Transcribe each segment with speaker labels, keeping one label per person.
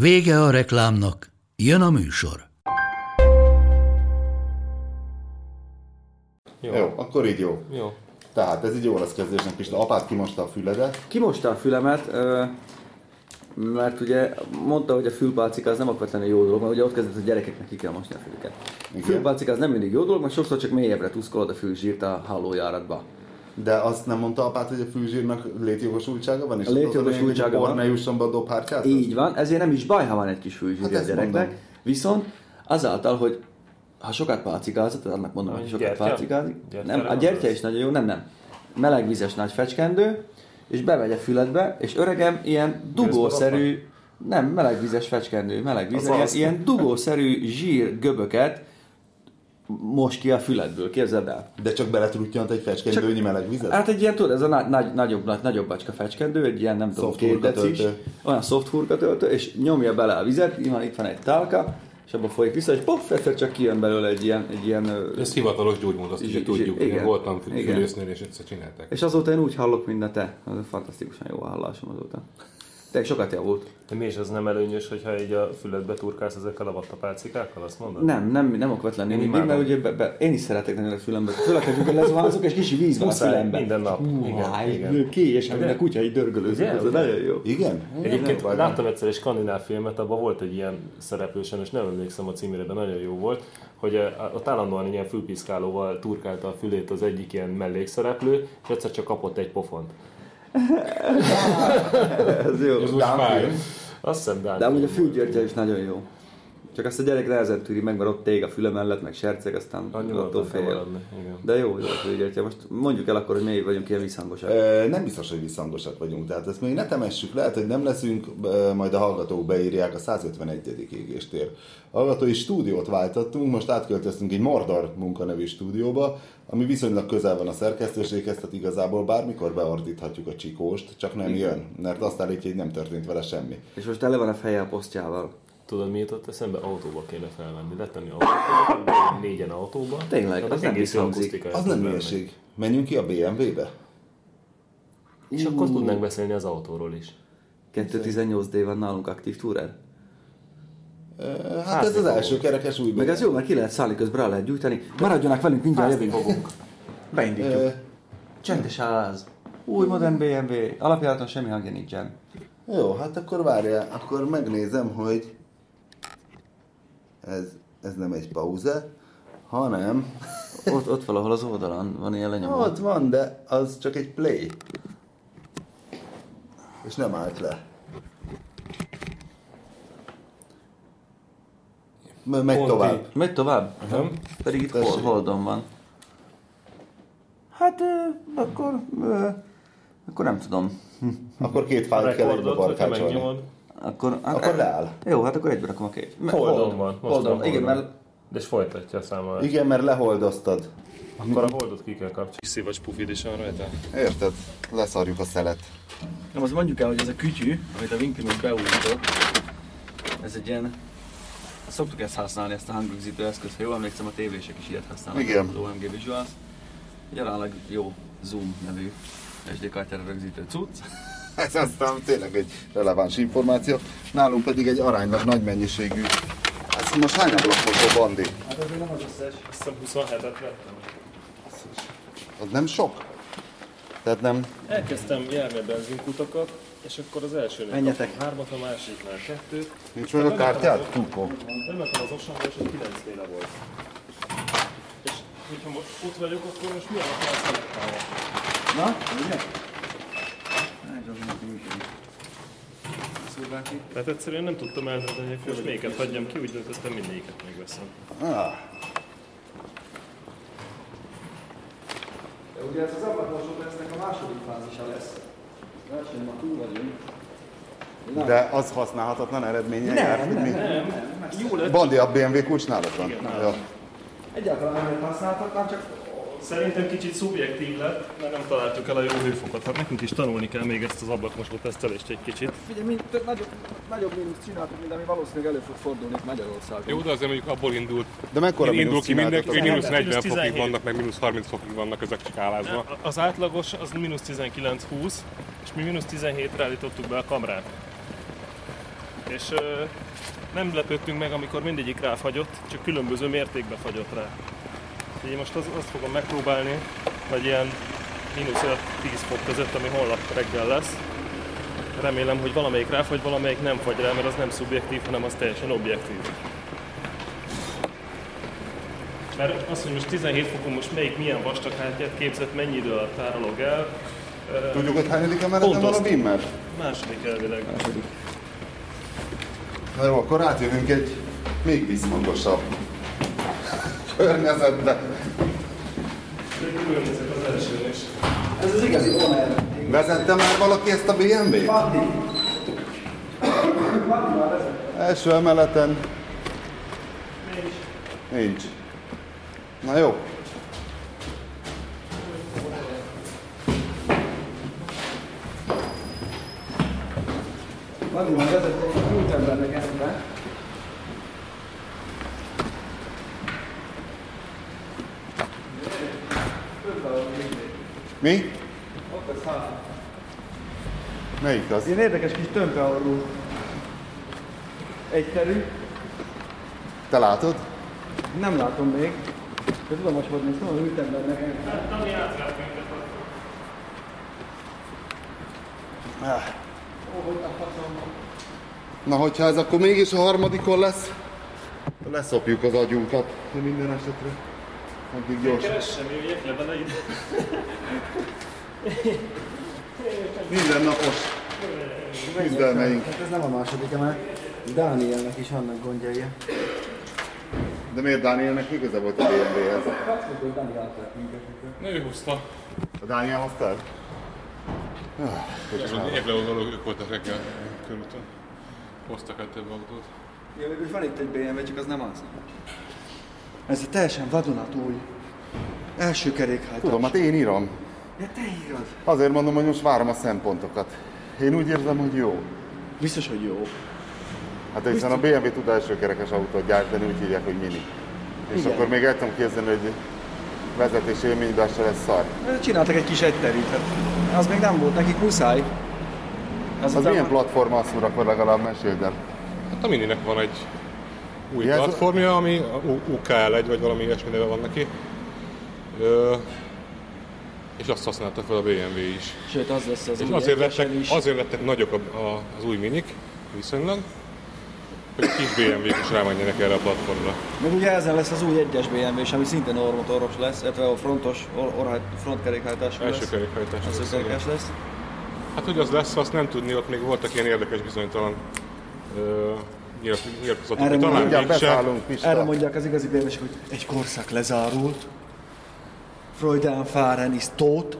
Speaker 1: Vége a reklámnak, jön a műsor.
Speaker 2: Jó. jó, akkor így jó.
Speaker 3: Jó.
Speaker 2: Tehát ez így jó lesz kezdésnek is, de apát kimosta a füledet.
Speaker 4: Kimosta a fülemet, ö, mert ugye mondta, hogy a fülpálcika az nem okvetlenül jó dolog, mert ugye ott kezdett, hogy gyerekeknek ki kell mosni a fülüket. A
Speaker 2: Igen.
Speaker 4: fülpálcika az nem mindig jó dolog, mert sokszor csak mélyebbre tuszkolod a fülzsírt a hálójáratba.
Speaker 2: De azt nem mondta apát, hogy a fűzsírnak létjogosultsága van? És
Speaker 4: A létjogosultsága
Speaker 2: van.
Speaker 4: van.
Speaker 2: ne jusson be a dobhártyát?
Speaker 4: Így van, ezért nem is baj, ha van egy kis fülzsír
Speaker 2: Hát
Speaker 4: hát a
Speaker 2: ezt
Speaker 4: gyereknek.
Speaker 2: mondom.
Speaker 4: Mondom. Viszont azáltal, hogy ha sokat pálcikázott, tehát annak mondom, hogy sokat
Speaker 3: Gyertya?
Speaker 4: pálcikázik.
Speaker 3: Gyertyára
Speaker 4: Nem, a
Speaker 3: gondolsz?
Speaker 4: gyertya is nagyon jó, nem, nem. Melegvizes nagy fecskendő, és bemegy a füledbe, és öregem ilyen dugószerű, nem, melegvizes fecskendő, melegvizes, ilyen,
Speaker 2: az.
Speaker 4: ilyen dugószerű zsír göböket most ki a füledből, képzeld el.
Speaker 2: De csak beletruttyant egy fecskendőnyi meleg vizet?
Speaker 4: Hát egy ilyen, tudod, ez a nagy, nagy, nagyobb, nagy, nagyobb bacska fecskendő, egy ilyen nem tudom,
Speaker 2: Soft
Speaker 4: két
Speaker 2: hurkatöltő.
Speaker 4: decis, olyan soft hurkatöltő, és nyomja bele a vizet, így van, itt van egy tálka, és abba folyik vissza, és pop, egyszer csak kijön belőle egy ilyen, egy ilyen ö,
Speaker 3: Ez hivatalos gyógymód, azt ugye
Speaker 4: Igen,
Speaker 3: tudjuk.
Speaker 4: igen.
Speaker 3: Igen. Voltam fü-
Speaker 4: Igen.
Speaker 3: fülősznél, és egyszer csinálták.
Speaker 4: és azóta én úgy hallok, mint a te. Az fantasztikusan jó a hallásom azóta. Te sokat javult.
Speaker 5: De mi is az nem előnyös, hogyha így a füledbe turkálsz ezekkel a vattapálcikákkal, azt mondod?
Speaker 4: Nem, nem, nem okvetlenül én mindig,
Speaker 5: imádom.
Speaker 4: mert ugye be, be, én is szeretek nagyon a fülembe. Főleg, amikor lezuházok, és kicsi víz van
Speaker 5: Muszáj,
Speaker 4: a fülembe.
Speaker 5: minden nap.
Speaker 4: Húha,
Speaker 5: Igen, igen. Hát
Speaker 4: igen, ki, és a kutya így dörgölőzik.
Speaker 5: Ugye?
Speaker 4: Ez nagyon jó.
Speaker 2: Igen?
Speaker 5: Egyébként
Speaker 2: Nem baj,
Speaker 5: láttam egyszer egy skandináv filmet, abban volt egy ilyen szereplő, sajnos nem emlékszem a címére, de nagyon jó volt, hogy eh, ott állandóan ilyen fülpiszkálóval turkálta a fülét az egyik ilyen mellékszereplő, és egyszer csak kapott egy pofont.
Speaker 4: Ez jó.
Speaker 3: Ez úgy
Speaker 2: Dán
Speaker 3: fáj.
Speaker 2: film.
Speaker 5: Azt hiszem, Dán.
Speaker 4: De amúgy a fülgyörtje is nagyon jó. Csak azt a gyerek nehezen tűri meg, mert ott ég a füle mellett, meg serceg, aztán
Speaker 5: Annyira
Speaker 4: attól
Speaker 5: ott kell
Speaker 4: fél.
Speaker 5: maradni, igen.
Speaker 4: De jó, jó a fülgyörtje. Most mondjuk el akkor, hogy mi vagyunk ilyen visszhangosak.
Speaker 2: Ö, Nem biztos, hogy visszhangosak vagyunk, tehát ezt még ne temessük, lehet, hogy nem leszünk, ö, majd a hallgatók beírják a 151. égéstér. Hallgatói stúdiót váltottunk, most átköltöztünk egy Mordor munkanevű stúdióba, ami viszonylag közel van a szerkesztőséghez, tehát igazából bármikor beordíthatjuk a csikóst, csak nem jön, mert azt állítja, hogy nem történt vele semmi.
Speaker 4: És most tele van a feje a posztjával.
Speaker 5: Tudod, mi jutott eszembe? Autóba kéne felmenni. Letenni autóba, négyen autóba.
Speaker 4: Tényleg,
Speaker 5: Annak
Speaker 4: az nem
Speaker 5: egész jó
Speaker 4: visszhangzik.
Speaker 5: akusztikája
Speaker 2: Az
Speaker 5: tud
Speaker 2: nem
Speaker 5: lenni.
Speaker 2: hülyeség. Menjünk ki a BMW-be?
Speaker 5: És akkor tudnánk beszélni az autóról is.
Speaker 4: 218 d van nálunk aktív túrán.
Speaker 2: Ö, Hát ez az első kerekes új
Speaker 4: Meg ez jó, mert ki lehet szállni, közben rá lehet gyújtani. Maradjanak velünk, mindjárt
Speaker 5: Fázni
Speaker 4: jövünk.
Speaker 5: fogunk.
Speaker 4: Beindítjuk.
Speaker 2: Ö,
Speaker 4: Csendes ház. Új modern BMW. Alapjáraton semmi hangja nincsen.
Speaker 2: Jó, hát akkor várjál, akkor megnézem, hogy ez, ez nem egy pauze, hanem
Speaker 4: Ott, ott valahol az oldalon van ilyen lenyomó.
Speaker 2: ott van, de az csak egy play. És nem állt le. M- Megy
Speaker 3: Pont
Speaker 2: tovább.
Speaker 3: így.
Speaker 4: Megy tovább?
Speaker 3: Nem?
Speaker 4: Pedig itt
Speaker 2: Tessék.
Speaker 4: hol, holdon van. Hát ö, akkor... Ö, akkor nem tudom.
Speaker 2: Akkor két fájt kell egybe
Speaker 5: Rekordot, hogyha
Speaker 2: barkácsolni.
Speaker 5: megnyomod.
Speaker 4: Akkor, hát,
Speaker 2: Akkor leáll.
Speaker 4: Jó, hát akkor egybe rakom a két. Me-
Speaker 5: Holdon van. most
Speaker 4: Holdon,
Speaker 5: van
Speaker 4: igen,
Speaker 5: holdon.
Speaker 4: mert...
Speaker 5: De és folytatja a számára.
Speaker 2: Igen, mert leholdoztad.
Speaker 5: Akkor a holdot ki kell kapcsolni. Szivacs pufid is van rajta.
Speaker 2: Érted? Leszarjuk a szelet.
Speaker 4: Na most mondjuk el, hogy ez a kütyű, amit a Winklim is beújított, ez egy ilyen... Szoktuk ezt használni, ezt a hangrögzítő eszközt, ha jól emlékszem, a tévések is ilyet használnak.
Speaker 2: Igen.
Speaker 4: Az OMG Visuals. Jelenleg jó Zoom nevű SD kártyára rögzítő cucc.
Speaker 2: Ez aztán tényleg egy releváns információ. Nálunk pedig egy aránylag nagy mennyiségű. Ez most hány ablakos a bandi?
Speaker 4: Hát ez nem az összes.
Speaker 5: Azt hiszem 27-et vettem.
Speaker 2: Az nem sok? Tehát nem...
Speaker 5: Elkezdtem járni a benzinkutakat, és akkor az elsőnél
Speaker 4: Menjetek.
Speaker 5: kaptam hármat, a másiknál kettőt.
Speaker 2: Nincs meg a kártyád? Tukó.
Speaker 5: Bementem az osamra, és ott 9 féle volt. És hogyha most ott vagyok, akkor most mi a szelektálva?
Speaker 4: Na, ugye? Hát, az nem működik. Szóval ki.
Speaker 5: Tehát egyszerűen nem tudtam eldönteni, hogy most melyiket hagyjam ki, úgy döntöttem mindegyiket megveszem.
Speaker 2: Ah,
Speaker 4: De ugye ez az ablakosod, eznek a második fázisa lesz. Versenyben túl vagyunk.
Speaker 2: De az használhatatlan eredménye jár, hogy mi? Bandi, a BMW kulcs nálad van. Jó.
Speaker 6: Egyáltalán nem használhatnám, csak
Speaker 7: Szerintem kicsit szubjektív lett, mert nem találtuk el a jó hőfokot. Hát nekünk is tanulni kell még ezt az ablakmosó tesztelést egy kicsit.
Speaker 6: figyelj, mint, tök nagyobb, nagyobb mínuszt csináltuk, mint ami valószínűleg elő fog fordulni itt Magyarországon.
Speaker 8: Jó, de azért mondjuk abból indult,
Speaker 2: De mekkora
Speaker 8: indul
Speaker 2: mínusz
Speaker 8: ki mindenki, hogy
Speaker 2: csináltatok?
Speaker 8: mínusz 40 fokig
Speaker 7: 17.
Speaker 8: vannak, meg mínusz 30 fokig vannak ezek skálázva.
Speaker 7: A- Az átlagos az mínusz 19-20, és mi mínusz 17-re állítottuk be a kamrát. És ö, nem lepődtünk meg, amikor mindegyik ráfagyott, csak különböző mértékben fagyott rá. Úgyhogy Én most az, azt fogom megpróbálni, hogy ilyen mínusz 10 fok között, ami holnap reggel lesz. Remélem, hogy valamelyik ráfagy, valamelyik nem fagy rá, mert az nem szubjektív, hanem az teljesen objektív. Mert az, hogy most 17 fokon most melyik milyen vastag hátját képzett, mennyi idő alatt tárolog el,
Speaker 2: Tudjuk, hogy hányadik emeleten van a
Speaker 7: Pont azt.
Speaker 2: Bimmer?
Speaker 7: második elvileg.
Speaker 2: Na jó, akkor átjövünk egy még vízhangosabb környezetbe.
Speaker 7: Környezet az első is.
Speaker 6: Ez az igazi owner.
Speaker 2: Vezette már valaki ezt a BMW-t?
Speaker 6: Addig.
Speaker 2: Első emeleten nincs. Na jó.
Speaker 6: Addig már vezetek, ültem benne ebben.
Speaker 2: Mi? Melyik az?
Speaker 6: Ilyen érdekes kis tömpeorrú. Egyszerű.
Speaker 2: Te látod?
Speaker 6: Nem látom még. De szóval tudom, most hogy néz, tudom, hogy ültem benne ebben.
Speaker 2: Na, hogyha ez akkor mégis a harmadikon lesz, leszopjuk az agyunkat. De minden esetre. Addig gyors.
Speaker 7: Keressem, jöjjek le vele ide.
Speaker 2: Mindennapos. Küzdelmeink.
Speaker 6: Hát ez nem a második emelet. Dánielnek is annak gondjai.
Speaker 2: De miért Dánielnek mi köze volt a BMW-hez?
Speaker 8: Na ő húzta.
Speaker 2: A Dániel hoztál?
Speaker 8: Hát, Évleoldalók ők voltak reggel körülöttön. Hoztak el több autót.
Speaker 6: Ja, mégis van itt egy BMW, csak az nem az. Ez a teljesen vadonatúj. Első kerékhajtás.
Speaker 2: Tudom, hát én írom.
Speaker 6: Ja, te írod.
Speaker 2: Azért mondom, hogy most várom a szempontokat. Én úgy érzem, hogy jó.
Speaker 6: Biztos, hogy jó.
Speaker 2: Hát hiszen a BMW tud első kerekes autót gyártani, úgy hívják, hogy mini. És
Speaker 6: Igen.
Speaker 2: akkor még el tudom képzelni, hogy vezetés élményben se lesz szar.
Speaker 6: Csináltak egy kis egyterít, hát az még nem volt nekik muszáj.
Speaker 2: Az
Speaker 6: Azután
Speaker 2: milyen
Speaker 6: már-
Speaker 2: platforma az úr, akkor legalább meséld el.
Speaker 8: Hát a Mininek van egy új
Speaker 2: Ja, ez a-
Speaker 8: platformja, ami a U- UKL1, vagy valami ilyesmi neve van neki. Ö, és azt használta fel a BMW is.
Speaker 6: Sőt, az lesz az
Speaker 8: És
Speaker 6: új
Speaker 8: azért
Speaker 6: egyesen
Speaker 8: lettek,
Speaker 6: is.
Speaker 8: azért lettek nagyok a, a, az új minik, viszonylag, hogy a kis BMW-k is rámenjenek erre a platformra.
Speaker 6: Meg ugye ezen lesz az új egyes BMW is, ami szintén ormotoros lesz, illetve a frontos, or, or, frontkerékhajtású
Speaker 8: Első
Speaker 6: lesz.
Speaker 8: kerékhajtás.
Speaker 6: Első kerékes lesz.
Speaker 8: Hát hogy az lesz, azt nem tudni, ott még voltak ilyen érdekes bizonytalan ö, nyilat- nyilatkozatok,
Speaker 6: Erre
Speaker 8: hogy talán
Speaker 2: Mindjárt
Speaker 8: mégsem.
Speaker 2: beszállunk, Pista.
Speaker 6: Erre mondják az igazi bmw hogy egy korszak lezárult. Freudian Fahren is tot.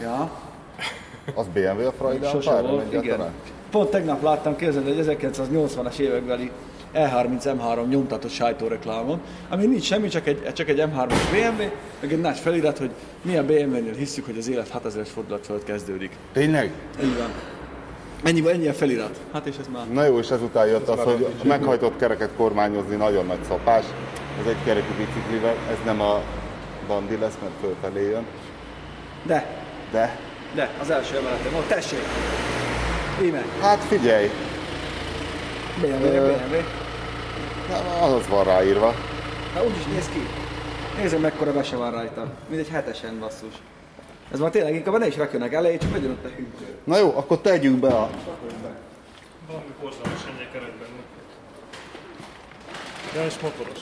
Speaker 6: Ja.
Speaker 2: Az BMW a Freudán
Speaker 6: Sose
Speaker 2: pár?
Speaker 6: volt, igen. Pont tegnap láttam, képzeld, egy 1980-as évekbeli E E30 M3 nyomtatott sajtóreklámon, ami nincs semmi, csak egy, csak egy M3-as BMW, meg egy nagy felirat, hogy mi a BMW-nél hisszük, hogy az élet 6000-es fordulat fölött kezdődik.
Speaker 2: Tényleg?
Speaker 6: Így van. Ennyi, ennyi a felirat. Hát és ez már...
Speaker 2: Na jó, és ezután jött az, hogy a meghajtott kereket kormányozni nagyon nagy szopás. Ez egy kerekű biciklivel, ez nem a bandi lesz, mert fölfelé jön.
Speaker 6: De,
Speaker 2: De,
Speaker 6: de, az első emeleten volt. Tessék! Íme,
Speaker 2: hát figyelj,
Speaker 6: BMW, BMW.
Speaker 2: az van ráírva.
Speaker 6: Hát úgy is néz ki. Nézzük mekkora vese van rajta. Mint egy hetesen basszus. Ez már tényleg inkább ne is rakjanak elé, csak legyen ott a hűtő.
Speaker 2: Na jó, akkor tegyünk be a...
Speaker 7: Valami borzalmas ennyi kerekben. Ja, és motoros.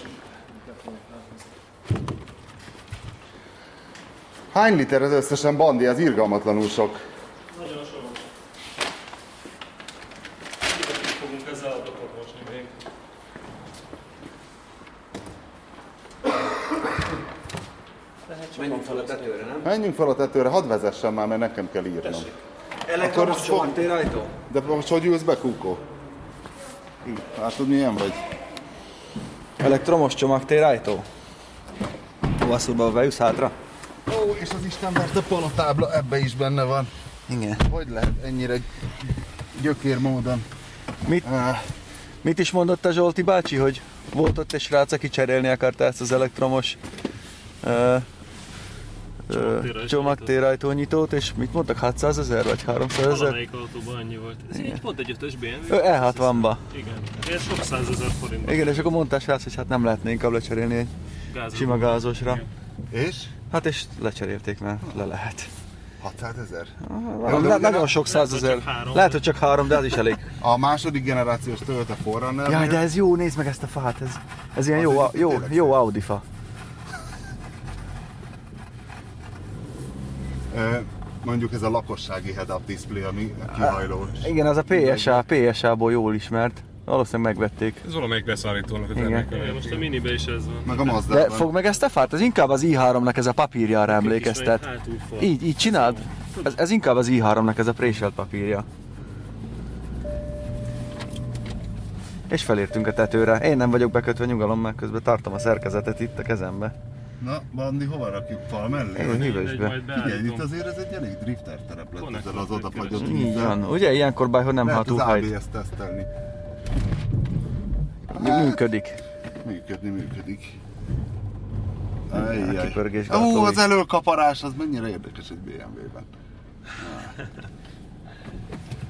Speaker 2: Hány liter ez összesen bandi? Ez irgalmatlanul sok.
Speaker 7: Nagyon soros. Mindegyik fogunk ezzel ablakot mosni még.
Speaker 6: Menjünk fel a tetőre, nem?
Speaker 2: Menjünk fel a tetőre, hadd vezessen már, mert nekem kell írnom.
Speaker 4: Elektromos
Speaker 2: az fog-
Speaker 4: csomagtérajtó?
Speaker 2: De most hogy ülsz be, Kukó? Látod, milyen vagy?
Speaker 4: Elektromos csomagtérajtó? Basszulba bejössz hátra?
Speaker 2: Ó, és az Isten verte palotábla ebbe is benne van.
Speaker 4: Igen.
Speaker 2: Hogy lehet ennyire gyökér módon?
Speaker 4: Mit,
Speaker 2: Ah,
Speaker 4: mit is mondott a Zsolti bácsi, hogy volt ott egy srác, aki cserélni akarta ezt az elektromos uh,
Speaker 7: Csomagtérajtó.
Speaker 4: csomagtérajtónyitót, és mit mondtak, 600 ezer vagy 300 ezer?
Speaker 7: Valamelyik autóban annyi volt. Ez így pont egy ötös BMW.
Speaker 4: Ő E60-ba.
Speaker 7: Igen. Ez sok százezer forint.
Speaker 4: E Igen, és akkor mondta a srác, hogy hát nem lehetne inkább lecserélni egy
Speaker 7: Gázoló.
Speaker 4: sima gázosra.
Speaker 2: és?
Speaker 4: Hát és lecserélték, mert le lehet.
Speaker 2: 600 ezer?
Speaker 4: Na, na, nagyon sok százezer.
Speaker 7: három.
Speaker 4: Lehet, hogy csak három, de az is elég.
Speaker 2: A második generációs Toyota forerunner
Speaker 4: Jaj, de ez jó, nézd meg ezt a fát, ez, ez ilyen
Speaker 2: Az
Speaker 4: jó,
Speaker 2: egy
Speaker 4: jó,
Speaker 2: tényleg
Speaker 4: jó Audi fa.
Speaker 2: mondjuk ez a lakossági head-up display, ami kihajló.
Speaker 4: Igen, az a PSA, PSA-ból jól ismert. Valószínűleg megvették.
Speaker 9: Ez valamelyik beszállítónak a
Speaker 7: Igen,
Speaker 9: terméke.
Speaker 7: most a minibe is ez van.
Speaker 2: Meg a
Speaker 4: De
Speaker 2: Mazda-ban.
Speaker 4: fog meg ezt a fát? Ez inkább az i3-nak ez a papírjára emlékeztet.
Speaker 7: Hátulfa.
Speaker 4: Így, így csináld. Ez, ez inkább az i3-nak ez a préselt papírja. És felértünk a tetőre. Én nem vagyok bekötve nyugalom, mert közben tartom a szerkezetet itt a kezembe.
Speaker 2: Na, Bandi, hova rakjuk? Fal
Speaker 4: Én
Speaker 2: mellé?
Speaker 7: Mindegy,
Speaker 4: hűvösbe.
Speaker 7: majd
Speaker 2: Figyelj, itt
Speaker 7: beállítom.
Speaker 2: azért ez egy elég drifter terep lett ezzel az
Speaker 7: Konnektorok
Speaker 2: odafagyott
Speaker 7: keresni.
Speaker 4: Így
Speaker 2: vízzel.
Speaker 4: van. Ugye ilyenkor baj, hogy nem
Speaker 2: Lehet az
Speaker 4: hatul hajt.
Speaker 2: ABS-t tesztelni.
Speaker 4: Működik.
Speaker 2: Működni, működik. Ajjaj.
Speaker 4: kipörgés
Speaker 2: Ó,
Speaker 4: gátolni.
Speaker 2: az előkaparás, az mennyire érdekes egy BMW-ben.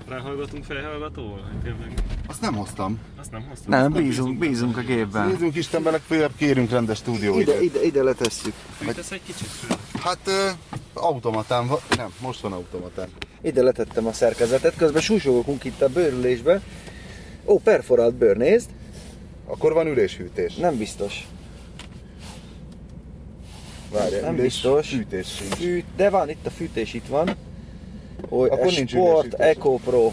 Speaker 7: Ráhallgatunk felhallgatóval? Hogy Tényleg.
Speaker 2: Azt nem hoztam.
Speaker 7: Azt nem hoztam.
Speaker 4: Nem, bízunk, bízunk a gépben.
Speaker 2: Nézzünk Isten legfeljebb kérünk rendes
Speaker 4: Ide,
Speaker 2: stúdióidőt.
Speaker 4: ide, ide letesszük.
Speaker 7: Tesz egy kicsit föl.
Speaker 2: Hát ö, automatán van, nem, most van automatán.
Speaker 4: Ide letettem a szerkezetet, közben súsogokunk itt a bőrülésbe. Ó, perforált bőr, nézd.
Speaker 2: Akkor van üléshűtés.
Speaker 4: Nem biztos.
Speaker 2: Várjál,
Speaker 4: nem
Speaker 2: ülés,
Speaker 4: biztos.
Speaker 2: Hűtés sincs.
Speaker 4: Fű, de van, itt a fűtés itt van. Oly,
Speaker 2: Akkor
Speaker 4: Akkor
Speaker 2: nincs
Speaker 4: nincs Sport
Speaker 2: üdvösítés.
Speaker 4: Eco Pro.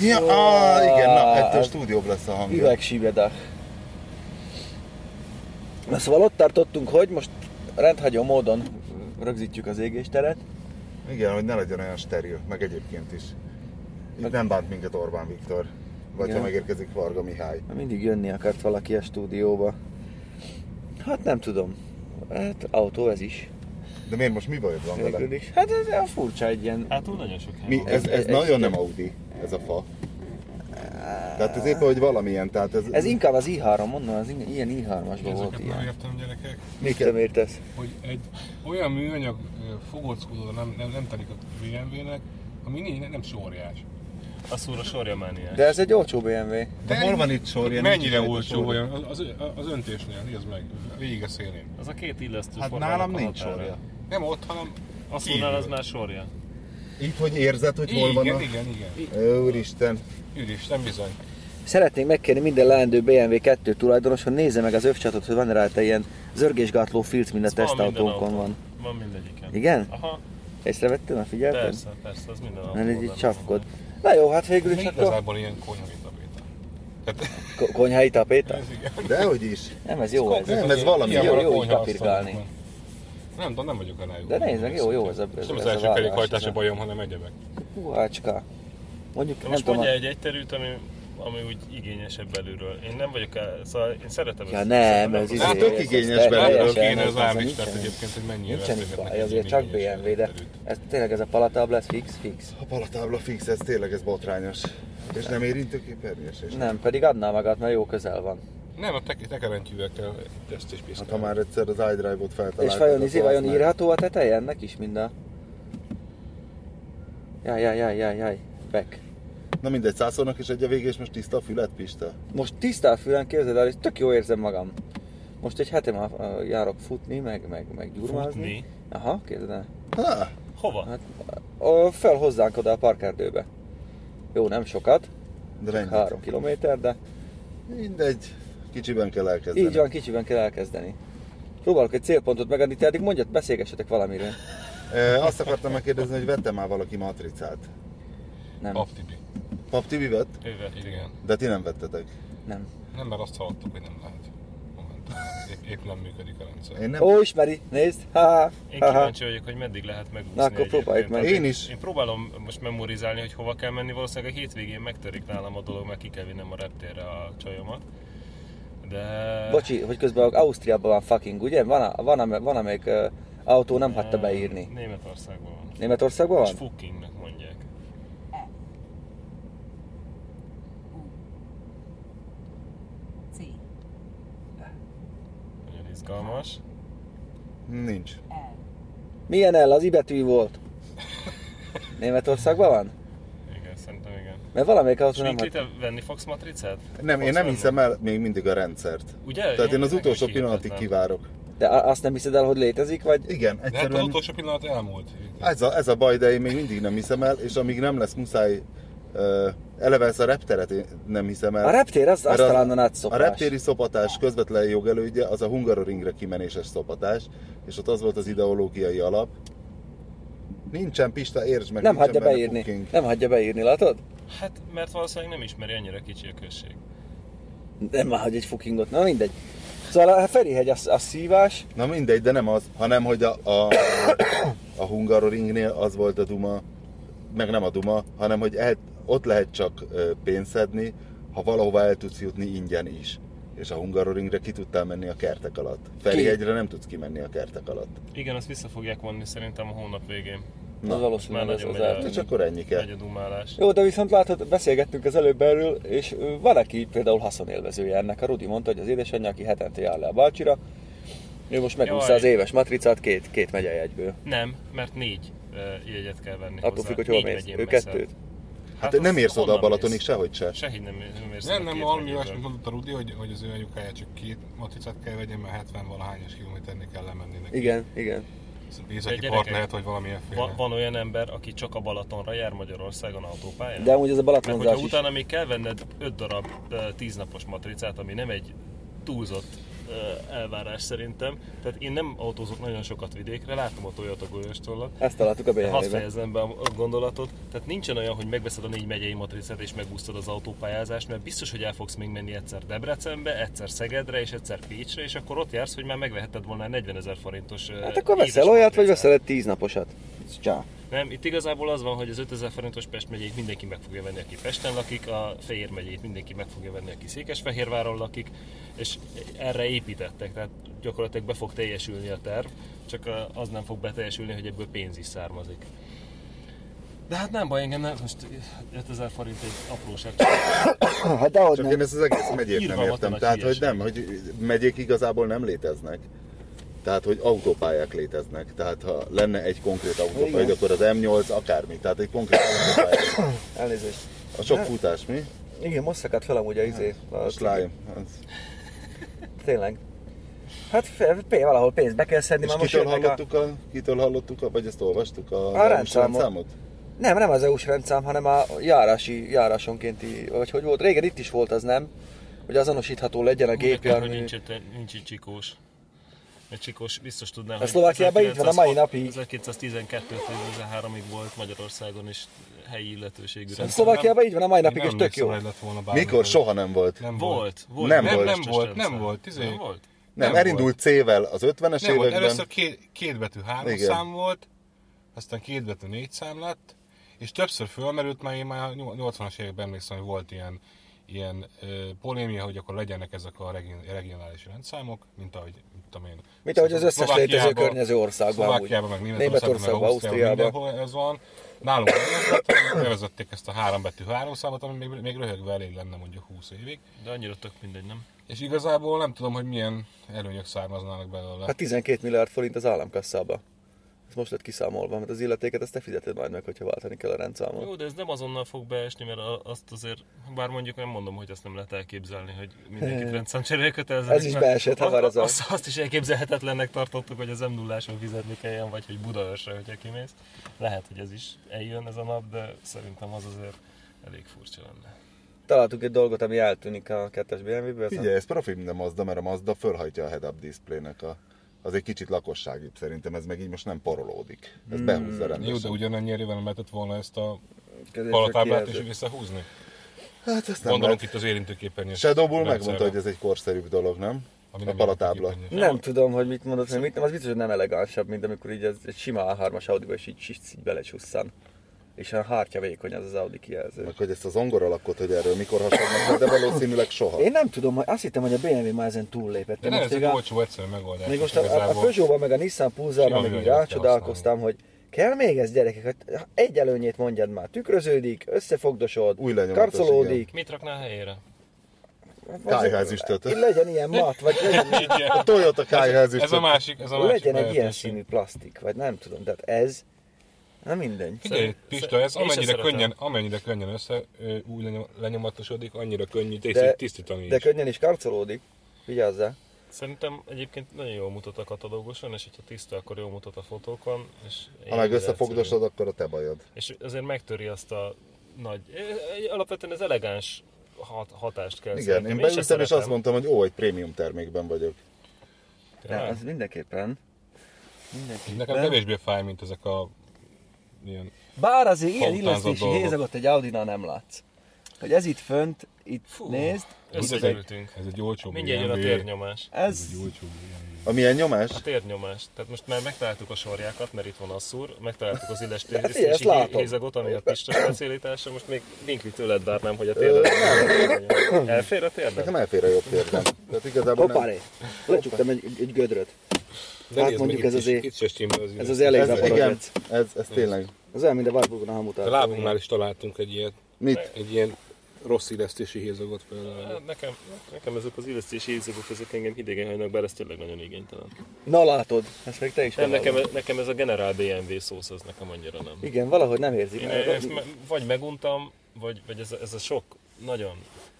Speaker 2: Ja, á, igen, na, ettől
Speaker 4: ez-
Speaker 2: stúdióbb lesz a hangja.
Speaker 4: Üvegsívedák. Na szóval ott tartottunk, hogy most rendhagyó módon rögzítjük az égésteret.
Speaker 2: Igen, hogy ne legyen olyan steril, meg egyébként is. Itt
Speaker 4: Meg-
Speaker 2: nem bánt minket Orbán Viktor, vagy
Speaker 4: Igen.
Speaker 2: ha megérkezik Varga Mihály.
Speaker 4: Már Mindig jönni akart valaki a stúdióba. Hát nem tudom. Hát autó ez is.
Speaker 2: De miért most mi bajod van vele?
Speaker 4: Nélkül is. Hát ez olyan furcsa egy ilyen.
Speaker 7: Hátul nagyon sok hely
Speaker 2: Mi,
Speaker 7: van.
Speaker 2: ez, ez
Speaker 4: Egy-
Speaker 2: nagyon nem Audi, ez a fa. Tehát ez éppen, hogy valamilyen, tehát ez...
Speaker 4: Ez inkább az i3, mondom, az i- ilyen i3-asban volt ilyen.
Speaker 3: Megértem gyerekek,
Speaker 4: Mit nem értesz?
Speaker 3: hogy egy olyan műanyag ö, fogóckodó nem, nem, nem telik a BMW-nek, ami né- nem sorjás.
Speaker 7: A szóra sorja mániás.
Speaker 4: De ez egy olcsó BMW.
Speaker 2: De hol van itt sor? Ilyen
Speaker 3: Mennyire
Speaker 2: nincs itt
Speaker 3: olcsó
Speaker 2: sor.
Speaker 3: olyan? Az, az- az öntésnél, nézd meg, végig a szélén.
Speaker 7: Az a két illesztő
Speaker 2: Hát
Speaker 7: formának
Speaker 2: nálam
Speaker 7: a
Speaker 2: nincs
Speaker 7: határa.
Speaker 2: sorja.
Speaker 3: Nem ott, hanem
Speaker 7: A szónál az már sorja.
Speaker 2: Itt, hogy érzed, hogy hol van
Speaker 3: igen,
Speaker 2: a...
Speaker 3: igen, igen.
Speaker 2: Úristen.
Speaker 3: Üdés, nem bizony.
Speaker 4: Szeretnénk megkérni minden leendő BMW 2 tulajdonos, hogy nézze meg az övcsatot, hogy van rajta ilyen zörgésgátló filc, mint a
Speaker 7: Ez van minden
Speaker 4: tesztautónkon
Speaker 7: autón.
Speaker 4: van.
Speaker 7: Van mindegyiken.
Speaker 4: Igen?
Speaker 7: Aha,
Speaker 4: Észrevettél, már figyelted?
Speaker 7: persze, persze, az minden
Speaker 4: Nem így,
Speaker 7: autóban
Speaker 4: így
Speaker 7: benne
Speaker 4: csapkod.
Speaker 7: van.
Speaker 4: Na jó, hát végül
Speaker 3: Mi
Speaker 4: is akkor
Speaker 3: igazából ilyen konyhavi tabéta.
Speaker 4: ko- konyhai tapéta?
Speaker 2: Dehogy is.
Speaker 4: Nem, ez jó ez.
Speaker 2: ez valami
Speaker 4: jó,
Speaker 3: van a
Speaker 4: jó így
Speaker 3: konyha
Speaker 4: kapirgálni.
Speaker 3: asztalunkon. Nem tudom, nem vagyok elég.
Speaker 4: De nézd meg, jó, jó ez a
Speaker 3: És
Speaker 4: ez
Speaker 3: nem az
Speaker 4: a
Speaker 3: első
Speaker 4: vállás,
Speaker 3: kerékhajtás a
Speaker 4: ez a-
Speaker 3: bajom, hanem egyebek.
Speaker 4: Puhácska. Mondjuk
Speaker 7: De
Speaker 4: nem
Speaker 7: most
Speaker 4: tudom,
Speaker 7: mondja
Speaker 4: a-
Speaker 7: egy egyterűt, ami, ami úgy igényesebb belülről. Én nem vagyok el, szóval én szeretem
Speaker 4: Ja,
Speaker 7: ezt.
Speaker 4: nem,
Speaker 7: Szerintem
Speaker 4: ez
Speaker 7: rossz.
Speaker 4: izé-
Speaker 2: Hát tök
Speaker 4: ez
Speaker 2: igényes
Speaker 4: teljesen,
Speaker 2: belőle.
Speaker 3: Erről
Speaker 4: teljesen,
Speaker 3: kéne
Speaker 4: ez
Speaker 3: az
Speaker 4: az
Speaker 3: álmistát
Speaker 4: nincsen.
Speaker 3: egyébként, hogy mennyire
Speaker 4: nincsen
Speaker 3: beszélgetnek
Speaker 4: baj,
Speaker 3: egy
Speaker 4: azért
Speaker 3: ilyen
Speaker 4: csak
Speaker 3: igényes
Speaker 4: BMW, de
Speaker 3: emberről.
Speaker 4: ez tényleg ez a palatábla, ez fix, fix.
Speaker 2: A palatábla fix, ez tényleg ez botrányos. És nem érintőképernyős? és-
Speaker 4: Nem, pedig adná magát, mert jó közel van.
Speaker 3: Nem, a te- tekerentyűvel kell ezt is
Speaker 2: Hát ha
Speaker 3: piszkálni.
Speaker 2: már egyszer az iDrive-ot feltaláltad,
Speaker 4: És vajon
Speaker 2: akkor
Speaker 4: izé, vajon
Speaker 2: azt
Speaker 4: írható a teteje ennek is mind a... Jaj, jaj, jaj, jaj, jaj, back.
Speaker 2: már- Na mindegy, százszornak is egy a vége, és most tiszta a füled, Pista.
Speaker 4: Most tisztán fülen képzeld el, és tök jó érzem magam. Most egy hete már ö, járok futni, meg, meg, meg gyurmázni.
Speaker 7: Futni?
Speaker 4: Aha, képzeld el.
Speaker 2: Há,
Speaker 7: Hova?
Speaker 4: Hát, ö, fel hozzánk oda a parkerdőbe. Jó, nem sokat,
Speaker 2: de rengeteg.
Speaker 4: három kilométer, de
Speaker 2: Mindegy, kicsiben kell elkezdeni.
Speaker 4: így van, kicsiben kell elkezdeni. Próbálok egy célpontot megadni, te addig mondjad, beszélgessetek valamiről.
Speaker 2: E, azt akartam megkérdezni, hogy vette már valaki matricát.
Speaker 4: Nem,
Speaker 3: Paptibi.
Speaker 2: Pap Tibi vett,
Speaker 3: Igen.
Speaker 2: de ti nem vettetek.
Speaker 4: nem.
Speaker 3: Nem, mert azt hallottuk, hogy nem lehet. Momentum. épp, épp nem működik a rendszer.
Speaker 2: Én nem
Speaker 6: Ó, ismeri, nézd, ha,
Speaker 7: Én
Speaker 6: ha, ha.
Speaker 7: kíváncsi vagyok, hogy meddig lehet megúszni.
Speaker 6: Na, akkor
Speaker 7: egyébként.
Speaker 6: próbáljuk meg.
Speaker 7: Tehát
Speaker 2: Én is.
Speaker 7: Én próbálom most memorizálni, hogy hova kell menni. Valószínűleg a hétvégén megtörik nálam a dolog, mert ki kell vinnem a reptérre a csajomat. De...
Speaker 6: Bocsi, hogy közben Ausztriában van fucking, ugye? Van, a, van, am- van amelyik ö, autó nem hagyta beírni.
Speaker 7: Németországban van.
Speaker 6: Németországban
Speaker 7: És
Speaker 6: van?
Speaker 7: fuckingnek mondják.
Speaker 10: C
Speaker 7: Nagyon izgalmas.
Speaker 2: Nincs.
Speaker 10: L
Speaker 6: Milyen el? Az ibetű volt. Németországban van?
Speaker 7: Igen, szerintem igen.
Speaker 6: Mert valamelyik autó
Speaker 7: És
Speaker 6: nem hát-
Speaker 7: Mikli,
Speaker 6: hagyta.
Speaker 7: te venni fogsz matricát?
Speaker 2: Nem, én nem hiszem el még mindig a rendszert.
Speaker 7: Ugye?
Speaker 2: Tehát én az
Speaker 7: nekem
Speaker 2: utolsó
Speaker 7: is
Speaker 2: pillanatig
Speaker 7: hihetetlen.
Speaker 2: kivárok.
Speaker 6: De a- azt nem hiszed el, hogy létezik, vagy?
Speaker 2: Igen,
Speaker 3: De hát az
Speaker 2: egyszerűen
Speaker 3: utolsó pillanat elmúlt.
Speaker 2: ez a, ez a baj, de én még mindig nem hiszem el, és amíg nem lesz muszáj ö, eleve ez a repteret én nem hiszem el.
Speaker 6: A reptér az, az
Speaker 2: Mert a-
Speaker 6: talán a nagy
Speaker 2: A
Speaker 6: szopás.
Speaker 2: reptéri szopatás közvetlen jogelődje az a Hungaroringre kimenéses szopatás, és ott az volt az ideológiai alap. Nincsen Pista, értsd meg,
Speaker 6: Nem
Speaker 2: nincsen
Speaker 6: hagyja
Speaker 2: benne
Speaker 6: beírni.
Speaker 2: booking.
Speaker 6: Nem hagyja beírni, látod?
Speaker 7: Hát, mert valószínűleg nem ismeri annyira kicsi a község.
Speaker 6: Nem már, hogy egy fukingot. Na mindegy. Szóval a Ferihegy az, az szívás,
Speaker 2: Na mindegy, de nem az, hanem hogy a, a, a Hungaroringnél az volt a duma, meg nem a duma, hanem hogy el, ott lehet csak ö, pénzt szedni, ha valahova el tudsz jutni ingyen is. És a Hungaroringre ki tudtál menni a kertek alatt. Ferihegyre nem tudsz kimenni a kertek alatt.
Speaker 7: Igen, azt vissza fogják vonni szerintem a hónap végén.
Speaker 6: az valószínűleg
Speaker 7: már
Speaker 6: ez
Speaker 7: nagyon
Speaker 6: az
Speaker 7: megy
Speaker 6: el.
Speaker 7: el.
Speaker 2: És akkor ennyi kell.
Speaker 7: Nagy a dumálás.
Speaker 6: Jó, de viszont látod, beszélgettünk az előbb erről, és ö, van, aki például haszonélvezője ennek. A Rudi mondta, hogy az édesanyja, aki hetente jár le a bácsira, ő most megúszta
Speaker 7: Jaj.
Speaker 6: az éves matricát két, két megyejegyből.
Speaker 7: Nem, mert négy ö, jegyet kell venni
Speaker 6: Attól
Speaker 7: hozzá.
Speaker 6: függ, hogy hol
Speaker 7: Négy
Speaker 6: mész.
Speaker 7: megyén
Speaker 6: Ő
Speaker 7: mész el.
Speaker 6: kettőt.
Speaker 2: Hát,
Speaker 7: az
Speaker 2: nem érsz oda a
Speaker 7: honnan
Speaker 2: Balatonig
Speaker 7: mész?
Speaker 2: sehogy se.
Speaker 7: Hát Sehogy nem nem érsz
Speaker 3: Nem,
Speaker 7: oda
Speaker 3: nem,
Speaker 7: két
Speaker 3: valami
Speaker 7: megyéből.
Speaker 3: olyasmit mondott a Rudi, hogy, hogy az ő anyukája csak két matricát kell vegyen, mert 70 valahányos kilométernél kell lemenni neki.
Speaker 6: Igen, igen.
Speaker 3: Északi
Speaker 7: De
Speaker 3: part
Speaker 7: gyerekek,
Speaker 3: lehet, hogy valamilyen
Speaker 7: Va-
Speaker 3: féle.
Speaker 7: van olyan ember, aki csak a Balatonra jár Magyarországon autópályán?
Speaker 6: De amúgy ez a
Speaker 7: Mert hogyha
Speaker 6: Balatonzás is.
Speaker 7: utána még kell venned 5 darab 10 napos matricát, ami nem egy túlzott ö, elvárás szerintem. Tehát én nem autózok nagyon sokat vidékre, látom a Toyota golyóstollat.
Speaker 6: Ezt találtuk a
Speaker 7: Hadd
Speaker 6: BMW-ben.
Speaker 7: fejezem be a a gondolatot. Tehát nincsen olyan, hogy megveszed a négy megyei matricát és megúsztad az autópályázást, mert biztos, hogy el fogsz még menni egyszer Debrecenbe, egyszer Szegedre és egyszer Pécsre, és akkor ott jársz, hogy már megvehetted volna a 40 ezer forintos. ö,
Speaker 6: Hát akkor
Speaker 7: éves
Speaker 6: veszel olyat, vagy
Speaker 7: matricát.
Speaker 6: veszel egy tíznaposat. Csá.
Speaker 7: Nem, itt igazából az van, hogy az 5000 forintos Pest megyét mindenki meg fogja venni, aki Pesten lakik, a Fehér megyét mindenki meg fogja venni, aki Székesfehérváron lakik, és erre építettek, tehát gyakorlatilag be fog teljesülni a terv, csak ö, az nem fog beteljesülni, hogy ebből pénz is származik. De hát nem baj, engem nem, most 5000 forint egy apróság. csak-
Speaker 6: Hát dehogy
Speaker 2: Csak én
Speaker 6: nem.
Speaker 2: ezt az egész megyét nem
Speaker 7: Irgalmatlan
Speaker 2: értem.
Speaker 7: a
Speaker 2: Tehát, hogy
Speaker 7: hülyeség.
Speaker 2: nem, hogy megyék igazából nem léteznek. Tehát, hogy autópályák léteznek. Tehát, ha lenne egy konkrét autópálya,
Speaker 6: Igen.
Speaker 2: akkor az M8 akármi. Tehát egy konkrét autópálya.
Speaker 6: Elnézést.
Speaker 2: A sok futás, mi?
Speaker 6: Igen, most szakadt fel amúgy a izé.
Speaker 2: A
Speaker 6: A
Speaker 2: slime. Az-
Speaker 6: Tényleg. Hát fe- pe- valahol pénzt be kell szedni,
Speaker 2: És
Speaker 6: már most
Speaker 2: kitől
Speaker 6: jönnek a...
Speaker 2: hallottuk a, kitől hallottuk a, vagy ezt olvastuk a,
Speaker 6: A
Speaker 2: a
Speaker 6: rendszámot.
Speaker 2: rendszámot?
Speaker 6: Nem, nem az EU-s rendszám, hanem a járási, járásonkénti, vagy hogy volt. Régen itt is volt az, nem? Hogy azonosítható legyen a
Speaker 7: Neked, hogy
Speaker 6: gépjármű.
Speaker 7: nincs, itt- nincs itt csikós. Egy csikós biztos tudná,
Speaker 6: A Szlovákiában itt van a mai napig.
Speaker 7: 1912-13-ig volt Magyarországon is helyi illetőségű
Speaker 6: A
Speaker 7: rendszer.
Speaker 6: Szlovákiában így van a mai
Speaker 3: Én
Speaker 6: napig, és
Speaker 3: nem
Speaker 6: tök jó.
Speaker 3: emlékszem, hogy lett volna bármi.
Speaker 2: Mikor? Soha nem volt. Nem,
Speaker 3: Nem
Speaker 7: Volt, volt.
Speaker 2: Nem
Speaker 3: Nem,
Speaker 2: volt.
Speaker 3: volt, nem
Speaker 7: Most
Speaker 3: volt,
Speaker 7: rendszer.
Speaker 3: nem volt. Izé,
Speaker 7: Nem volt?
Speaker 3: nem
Speaker 2: elindult C-vel az 50-es
Speaker 3: Nem volt,
Speaker 2: években.
Speaker 3: először két, két betű három
Speaker 2: Igen.
Speaker 3: szám volt, aztán két betű négy szám lett, és többször fölmerült, már én már nyol- 80-as években emlékszem, hogy volt ilyen, ilyen ö, polémia, hogy akkor legyenek ezek a regi- regionális rendszámok, mint ahogy, mit tudom én.
Speaker 6: Mint ahogy az összes
Speaker 3: Szlovákiában-
Speaker 6: létező környező országban amúgy.
Speaker 3: Szlovákiában, meg Németországban,
Speaker 6: Németországban,
Speaker 3: meg Ausztriában,
Speaker 6: Ausztriában.
Speaker 3: mindenhol ez van. Nálunk Németországban bevezették ezt a három betű három számot, ami még, még röhögve elég lenne mondjuk 20 évig.
Speaker 7: De annyira tök mindegy, nem?
Speaker 3: És igazából nem tudom, hogy milyen előnyök származnának belőle.
Speaker 6: Hát 12 milliárd forint az államkasszába. Ez most lett kiszámolva, mert az illetéket ezt te fizeted majd meg, hogyha váltani kell a rendszámot.
Speaker 7: Jó, de ez nem azonnal fog beesni, mert a- azt azért, bár mondjuk nem mondom, hogy azt nem lehet elképzelni, hogy mindenkit rendszámcserére köteleznek.
Speaker 6: Hm. Ez is
Speaker 7: mert
Speaker 6: beesett, ha
Speaker 7: az-
Speaker 6: már ez a-
Speaker 7: azt, azt, is elképzelhetetlennek tartottuk, hogy az m 0 fizetni kelljen, vagy hogy Budaörsre, hogyha kimész. Lehet, hogy ez is eljön ez a nap, de szerintem az azért elég furcsa lenne.
Speaker 6: Találtuk egy dolgot, ami eltűnik a kettes BMW-ből.
Speaker 2: Figyelj, ez profi minden Mazda, mert a Mazda fölhajtja a head-up displaynek a az egy kicsit lakosságibb szerintem, ez meg így most nem porolódik.
Speaker 6: Hmm.
Speaker 2: Ez behúzza rendesen.
Speaker 3: Jó, de ugyanannyi érével nem lehetett volna ezt a palatáblát is visszahúzni.
Speaker 2: Hát ezt nem
Speaker 3: Gondolom
Speaker 2: lehet.
Speaker 3: itt az érintőképernyős.
Speaker 2: Shadowbull megmondta,
Speaker 3: rendszerre.
Speaker 2: hogy ez egy korszerűbb dolog, nem?
Speaker 3: Ami
Speaker 2: A palatábla.
Speaker 3: érthető képernyős.
Speaker 6: Nem tudom, hogy mit mondott, meg mit nem, az biztos, hogy nem elegánsabb, mint amikor így ez, egy sima A3-as Audi-ba és így, így, így belecsusszan. És a hártya vékony az az Audi kijelző.
Speaker 2: Meg hogy ezt az angol alakot, hogy erről mikor hasonlnak, le, de valószínűleg soha.
Speaker 6: Én nem tudom, hogy- azt hittem, hogy a BMW már ezen túllépett.
Speaker 3: De nem, ez egy olcsó egyszerű megoldás.
Speaker 6: Még most
Speaker 3: és
Speaker 6: a, a
Speaker 3: igazából-
Speaker 6: Peugeot-ban, meg a Nissan Pulsar-ra
Speaker 3: Sima
Speaker 6: meg így
Speaker 3: műanyag kell
Speaker 6: rácsodálkoztam, hogy kell még ez gyerekek, hát egy előnyét mondjad már, tükröződik, összefogdosod,
Speaker 2: Új lenyomatos,
Speaker 6: karcolódik,
Speaker 7: Mit raknál helyére?
Speaker 2: Kályház is
Speaker 6: Így legyen ilyen mat, vagy legyen,
Speaker 2: A Toyota kályház is
Speaker 3: Ez a másik, ez a másik.
Speaker 6: legyen egy ilyen
Speaker 3: lehetőség.
Speaker 6: színű plastik, vagy nem tudom, tehát ez, na mindegy.
Speaker 3: Figyelj, Pista, ez
Speaker 7: Én se
Speaker 3: amennyire
Speaker 7: szeretem.
Speaker 3: könnyen, amennyire könnyen össze ö, úgy lenyom- lenyomatosodik, annyira könnyű
Speaker 6: De-
Speaker 3: de, tisztítani
Speaker 6: De
Speaker 3: is.
Speaker 6: könnyen is karcolódik, vigyázzál.
Speaker 7: Szerintem egyébként nagyon jól mutat a katalóguson, és hogyha tiszta, akkor jól mutat a fotókon. És
Speaker 2: Ha meg
Speaker 7: ennyire egyszerű.
Speaker 2: összefogdosod, akkor a te bajod.
Speaker 7: És azért megtöri azt a nagy... eh, Alapvetően ez elegáns hat, hatást kell
Speaker 2: Igen,
Speaker 7: szerintem.
Speaker 2: én
Speaker 7: se
Speaker 2: beültem és
Speaker 7: szeretem.
Speaker 2: azt mondtam, hogy ó, egy prémium termékben vagyok.
Speaker 6: Nem,
Speaker 7: Tényleg?
Speaker 6: az mindenképpen. Mindenképpen.
Speaker 3: Nekem kevésbé fáj, mint ezek a ilyen
Speaker 6: Bár azért ilyen
Speaker 3: Fontánzott
Speaker 6: illesztési
Speaker 3: dolgok.
Speaker 6: hézagot egy Audinál nem látsz. Hogy ez itt fönt, itt nézd,
Speaker 7: Összekerültünk.
Speaker 3: Ez egy olcsó
Speaker 7: Mindjárt jön a
Speaker 3: BMW.
Speaker 7: térnyomás.
Speaker 6: ez
Speaker 2: A milyen nyomás?
Speaker 7: A térnyomás. Tehát most már megtaláltuk a sorjákat, mert itt van a szúr, megtaláltuk az illes
Speaker 6: Hát igen, ezt
Speaker 7: térstési
Speaker 6: látom.
Speaker 7: hézagot, ami a pista specialitása. Most még Vinkli tőled várnám, hogy a térdet Elfér a térdet?
Speaker 2: Nekem elfér a jobb térdem. Tehát igazából nem.
Speaker 6: hoppáré. Lecsuktam egy, egy gödröt.
Speaker 3: De
Speaker 6: Hát
Speaker 3: nézd
Speaker 6: mondjuk
Speaker 3: meg,
Speaker 6: ez
Speaker 3: itt
Speaker 6: azért-
Speaker 3: is- Itt se stimmel az
Speaker 6: Ez
Speaker 3: üveg.
Speaker 6: az elég
Speaker 2: Ez, igen,
Speaker 6: zavarogett.
Speaker 2: ez, ez tényleg.
Speaker 6: Az olyan, mint a Warburgon a
Speaker 3: A
Speaker 6: hamutát.
Speaker 3: lábunknál is találtunk egy ilyet.
Speaker 2: Mit?
Speaker 3: Egy ilyen rossz illesztési hézagot például.
Speaker 7: Hát Nekem, nekem ezek az illesztési hézagok, ezek engem hidegen hagynak, bár ez tényleg nagyon igénytelen.
Speaker 6: Na látod, ezt meg te is
Speaker 7: Nem, nekem,
Speaker 6: bevallod.
Speaker 7: nekem ez a generál BMW szósz, ez nekem annyira nem.
Speaker 6: Igen, valahogy nem érzik.
Speaker 7: Én
Speaker 6: meg.
Speaker 7: ezt me, vagy meguntam, vagy, vagy ez, a- ez a sok nagyon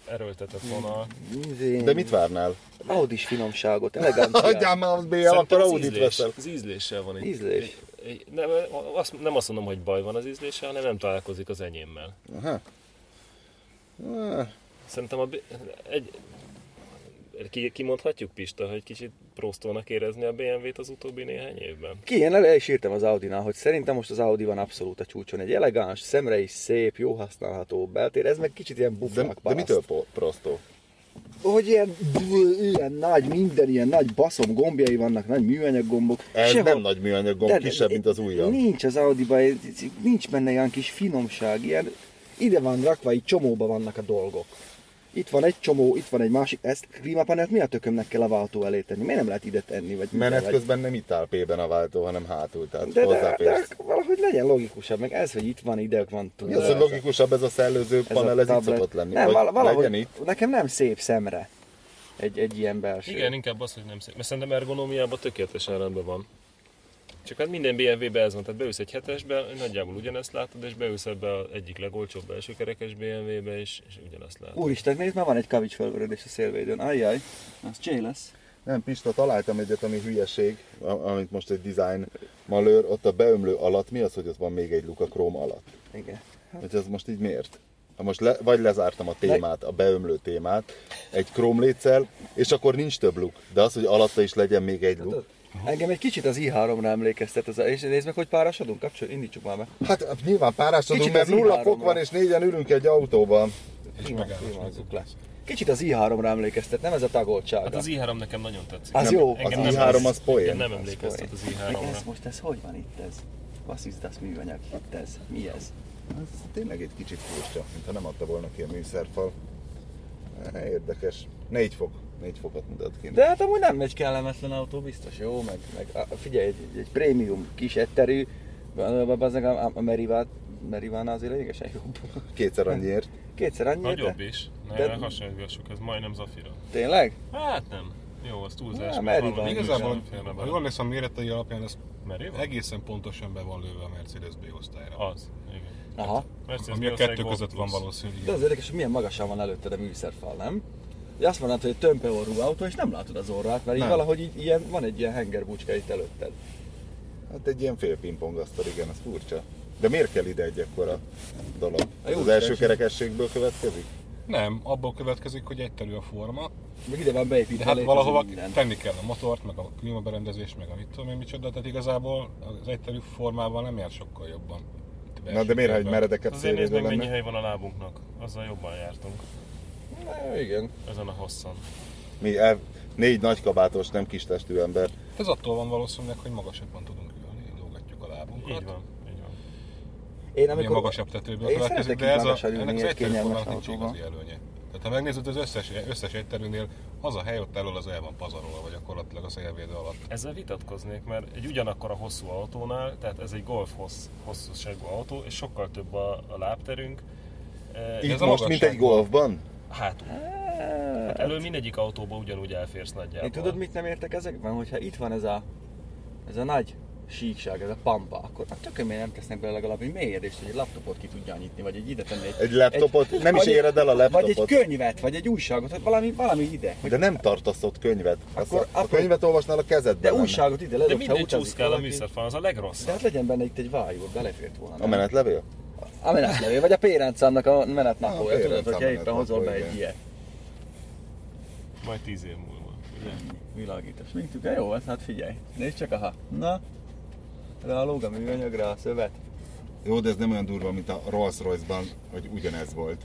Speaker 7: erőltetett vonal.
Speaker 6: Izé,
Speaker 2: De mit várnál?
Speaker 6: Audis finomságot, eleganciát.
Speaker 2: Hagyjál már az BL,
Speaker 7: Szerintem
Speaker 2: akkor
Speaker 7: az
Speaker 2: Audit
Speaker 7: ízlés-
Speaker 2: veszel.
Speaker 7: Az ízléssel van itt.
Speaker 6: Ízlés.
Speaker 7: Egy- Nem, azt, nem azt mondom, hogy baj van az ízléssel, hanem nem találkozik az enyémmel.
Speaker 2: Aha.
Speaker 7: Szerintem a, B- egy, ki, kimondhatjuk Pista, hogy kicsit prostónak érezni a BMW-t az utóbbi néhány évben.
Speaker 6: Ki, én el is írtam az Audinál, hogy szerintem most az Audi van abszolút a csúcson. Egy elegáns, szemre is szép, jó használható beltér, ez meg kicsit ilyen
Speaker 2: De,
Speaker 6: bufák
Speaker 2: de mitől po- prostó?
Speaker 6: Hogy ilyen, ilyen nagy, minden ilyen nagy baszom gombjai vannak, nagy műanyag gombok.
Speaker 2: Ez
Speaker 6: Sehol-
Speaker 2: nem nagy műanyag gomb,
Speaker 6: de-
Speaker 2: kisebb, mint az ujjam.
Speaker 6: Nincs az Audi-ba, ez- ez- nincs benne ilyen kis finomság, ilyen ide van rakva, így csomóba vannak a dolgok. Itt van egy csomó, itt van egy másik, ezt a klímapanelt mi a tökömnek kell a váltó elé tenni? Miért nem lehet ide tenni? Vagy minden,
Speaker 2: Menet
Speaker 6: vagy-
Speaker 2: közben nem itt áll P-ben a váltó, hanem hátul, tehát
Speaker 6: de, de, de,
Speaker 2: hozzáférsz.
Speaker 6: valahogy legyen logikusabb, meg ez, hogy itt van, ide van,
Speaker 2: Mi
Speaker 6: tudod.
Speaker 2: az,
Speaker 6: ez
Speaker 2: hogy
Speaker 6: a-
Speaker 2: logikusabb ez a szellőző
Speaker 6: ez a
Speaker 2: panel, ez itt
Speaker 6: tablet.
Speaker 2: szokott lenni?
Speaker 6: Nem,
Speaker 2: Vagy
Speaker 6: vala- valahogy,
Speaker 2: legyen itt?
Speaker 6: nekem nem szép szemre egy, egy ilyen belső.
Speaker 7: Igen, inkább az, hogy nem szép. Mert szerintem ergonómiában tökéletesen rendben van. Csak hát minden BMW-be ez van, tehát beülsz egy hetesbe, nagyjából ugyanezt látod, és beülsz ebbe az egyik legolcsóbb belső kerekes BMW-be, és, és ugyanezt látod.
Speaker 6: Úristen, nézd, már van egy kavics felvörödés a szélvédőn. Ajjaj, az csé lesz.
Speaker 2: Nem, Pista, találtam egyet, ami hülyeség, a- amit most egy design malőr, ott a beömlő alatt, mi az, hogy ott van még egy luk a króm alatt?
Speaker 6: Igen.
Speaker 2: Hogy ez most így miért? Ha Most le, vagy lezártam a témát, a beömlő témát, egy krómléccel, és akkor nincs több luk. De az, hogy alatta is legyen még egy
Speaker 6: Hát,
Speaker 2: luk.
Speaker 6: Engem egy kicsit az i3-ra emlékeztet, ez a, és nézd meg, hogy párásodunk, kapcsol, indítsuk már be.
Speaker 2: Hát nyilván párásodunk,
Speaker 6: Kicsit
Speaker 2: mert
Speaker 6: az
Speaker 2: nulla
Speaker 6: i3-ra.
Speaker 2: fok van, és négyen ülünk egy autóban.
Speaker 6: Filmázzuk le. Kicsit az i3-ra emlékeztet, nem ez a tagoltsága.
Speaker 7: Hát az i3 nekem nagyon tetszik.
Speaker 6: Az jó.
Speaker 2: Az
Speaker 7: nem-
Speaker 2: i3 az
Speaker 7: Igen,
Speaker 2: poén.
Speaker 7: nem emlékeztet az
Speaker 6: Meg ez
Speaker 7: i3-ra.
Speaker 6: most, ez hogy van itt ez? Basszisztasz műanyag, itt ez, mi ez?
Speaker 2: Ez tényleg egy kicsit furcsa, mintha nem adta volna ki a műszerfal. Eh, Érdekes. Négy fok. Négy fokot mutat ki.
Speaker 6: De hát amúgy nem egy kellemetlen autó, biztos, jó, meg, meg á, figyelj, egy, egy, egy prémium kis etterű, bazzeg a, a- a Merivát, Meriván azért lényegesen jobb.
Speaker 2: Kétszer annyiért.
Speaker 6: Kétszer annyi, de
Speaker 7: Nagyobb is.
Speaker 6: De-
Speaker 7: Ne, hasonlítgassuk, ez majdnem Zafira.
Speaker 6: tényleg?
Speaker 7: Hát nem. Jó, az túlzás. mert
Speaker 6: Nem, Merivan.
Speaker 7: valami
Speaker 3: Igazából,
Speaker 7: sem férne
Speaker 3: ha
Speaker 7: bele.
Speaker 3: jól emlékszem, méretei alapján ez
Speaker 7: Merivan?
Speaker 3: egészen pontosan be van lőve a Mercedes B-osztályra.
Speaker 7: Az, igen.
Speaker 6: Aha.
Speaker 7: Mercedes
Speaker 3: Ami a
Speaker 7: Benz
Speaker 3: kettő
Speaker 7: Evo
Speaker 3: között van
Speaker 7: Plus.
Speaker 3: valószínűleg.
Speaker 6: De
Speaker 3: igen.
Speaker 6: az érdekes, hogy milyen magasan van előtted a műszerfal, nem? Ugye azt mondanád, hogy egy tömpe orrú autó, és nem látod az orrát, mert így
Speaker 3: Nem.
Speaker 6: valahogy így, ilyen, van egy ilyen hengerbúcska itt előtted.
Speaker 2: Hát egy ilyen fél pingpongasztal, igen, ez furcsa. De miért kell ide egy ekkora dolog?
Speaker 6: A jó
Speaker 2: Ez az első
Speaker 6: keresés.
Speaker 2: kerekességből következik?
Speaker 3: Nem, abból következik, hogy egyterű a forma,
Speaker 6: Meg ide van
Speaker 3: De
Speaker 6: beépítve
Speaker 3: hát
Speaker 6: létező
Speaker 3: valahova
Speaker 6: minden.
Speaker 3: tenni kell a motort, meg a klímaberendezést, meg a mit tudom én micsoda, tehát igazából az egyterű formában nem jár sokkal jobban.
Speaker 2: Na de miért, ha egy meredeket
Speaker 7: Azért nézd
Speaker 2: szélvédő
Speaker 7: meg, mennyi
Speaker 2: lenne?
Speaker 7: hely van a lábunknak. Azzal jobban jártunk.
Speaker 6: Na, igen.
Speaker 7: Ezen a hosszon.
Speaker 2: mi el, négy nagykabátos, nem kis testű ember.
Speaker 3: Ez attól van valószínűleg, hogy magasabban tudunk ülni, lógatjuk a lábunkat.
Speaker 7: Így van. Így van.
Speaker 3: Én amikor... magasabb tetőből
Speaker 4: Én
Speaker 3: következik, de
Speaker 4: szeretek
Speaker 3: ez a,
Speaker 4: izgalmasan ülni
Speaker 3: ennek az
Speaker 4: egy
Speaker 3: egyszerű
Speaker 4: kényelmes
Speaker 3: formának nincs
Speaker 4: autóban.
Speaker 3: igazi előnye. Tehát ha megnézed az összes, összes egyterűnél, az a hely ott elől az el van pazarolva, vagy gyakorlatilag a szélvédő alatt.
Speaker 7: Ezzel vitatkoznék, mert egy ugyanakkor a hosszú autónál, tehát ez egy golf hossz, hosszúságú autó, és sokkal több a, a lábterünk. Eh,
Speaker 3: Így
Speaker 2: Itt
Speaker 3: a
Speaker 2: most, mint
Speaker 3: magasság.
Speaker 2: egy golfban?
Speaker 7: Hátul. Hát elő mindegyik autóba ugyanúgy elférsz nagyjából.
Speaker 4: Én tudod, mit nem értek ezekben? Hogyha itt van ez a, ez a nagy síkság, ez a pampa, akkor már tök miért nem tesznek bele legalább egy mélyedést, hogy egy laptopot ki tudja nyitni, vagy egy ide tenni egy...
Speaker 2: Egy laptopot? Nem is
Speaker 4: vagy egy-
Speaker 2: éred el a
Speaker 4: Vagy egy
Speaker 2: laptopot.
Speaker 4: könyvet, vagy egy újságot, vagy valami, valami ide. Hogy
Speaker 2: De nem tartasz ott könyvet. Azt
Speaker 4: Akkor-
Speaker 2: a, a
Speaker 4: akkor-
Speaker 2: könyvet olvasnál a kezedben.
Speaker 4: de
Speaker 2: lenne.
Speaker 4: újságot ide
Speaker 7: De
Speaker 4: ledobsz, ha
Speaker 7: mindegy
Speaker 4: utazik
Speaker 7: csúszkál a
Speaker 4: valaki.
Speaker 7: műszerfal, az a legrosszabb.
Speaker 4: De hát legyen benne itt egy vájú, belefért volna.
Speaker 2: A
Speaker 4: nem?
Speaker 2: menetlevél?
Speaker 4: A menetlevé, vagy a pérencámnak a menetnapója,
Speaker 2: A
Speaker 4: tudod,
Speaker 2: pérencám
Speaker 4: hogyha éppen hozol be
Speaker 2: menetnapója,
Speaker 4: egy
Speaker 2: igen.
Speaker 4: ilyet.
Speaker 7: Majd tíz év múlva. Ugye?
Speaker 4: Világítás. Mintük el jó, ez hát figyelj. Nézd csak, aha. Na, rálóg a műanyagra a szövet.
Speaker 2: Jó, de ez nem olyan durva, mint a Rolls-Royce-ban, hogy ugyanez volt.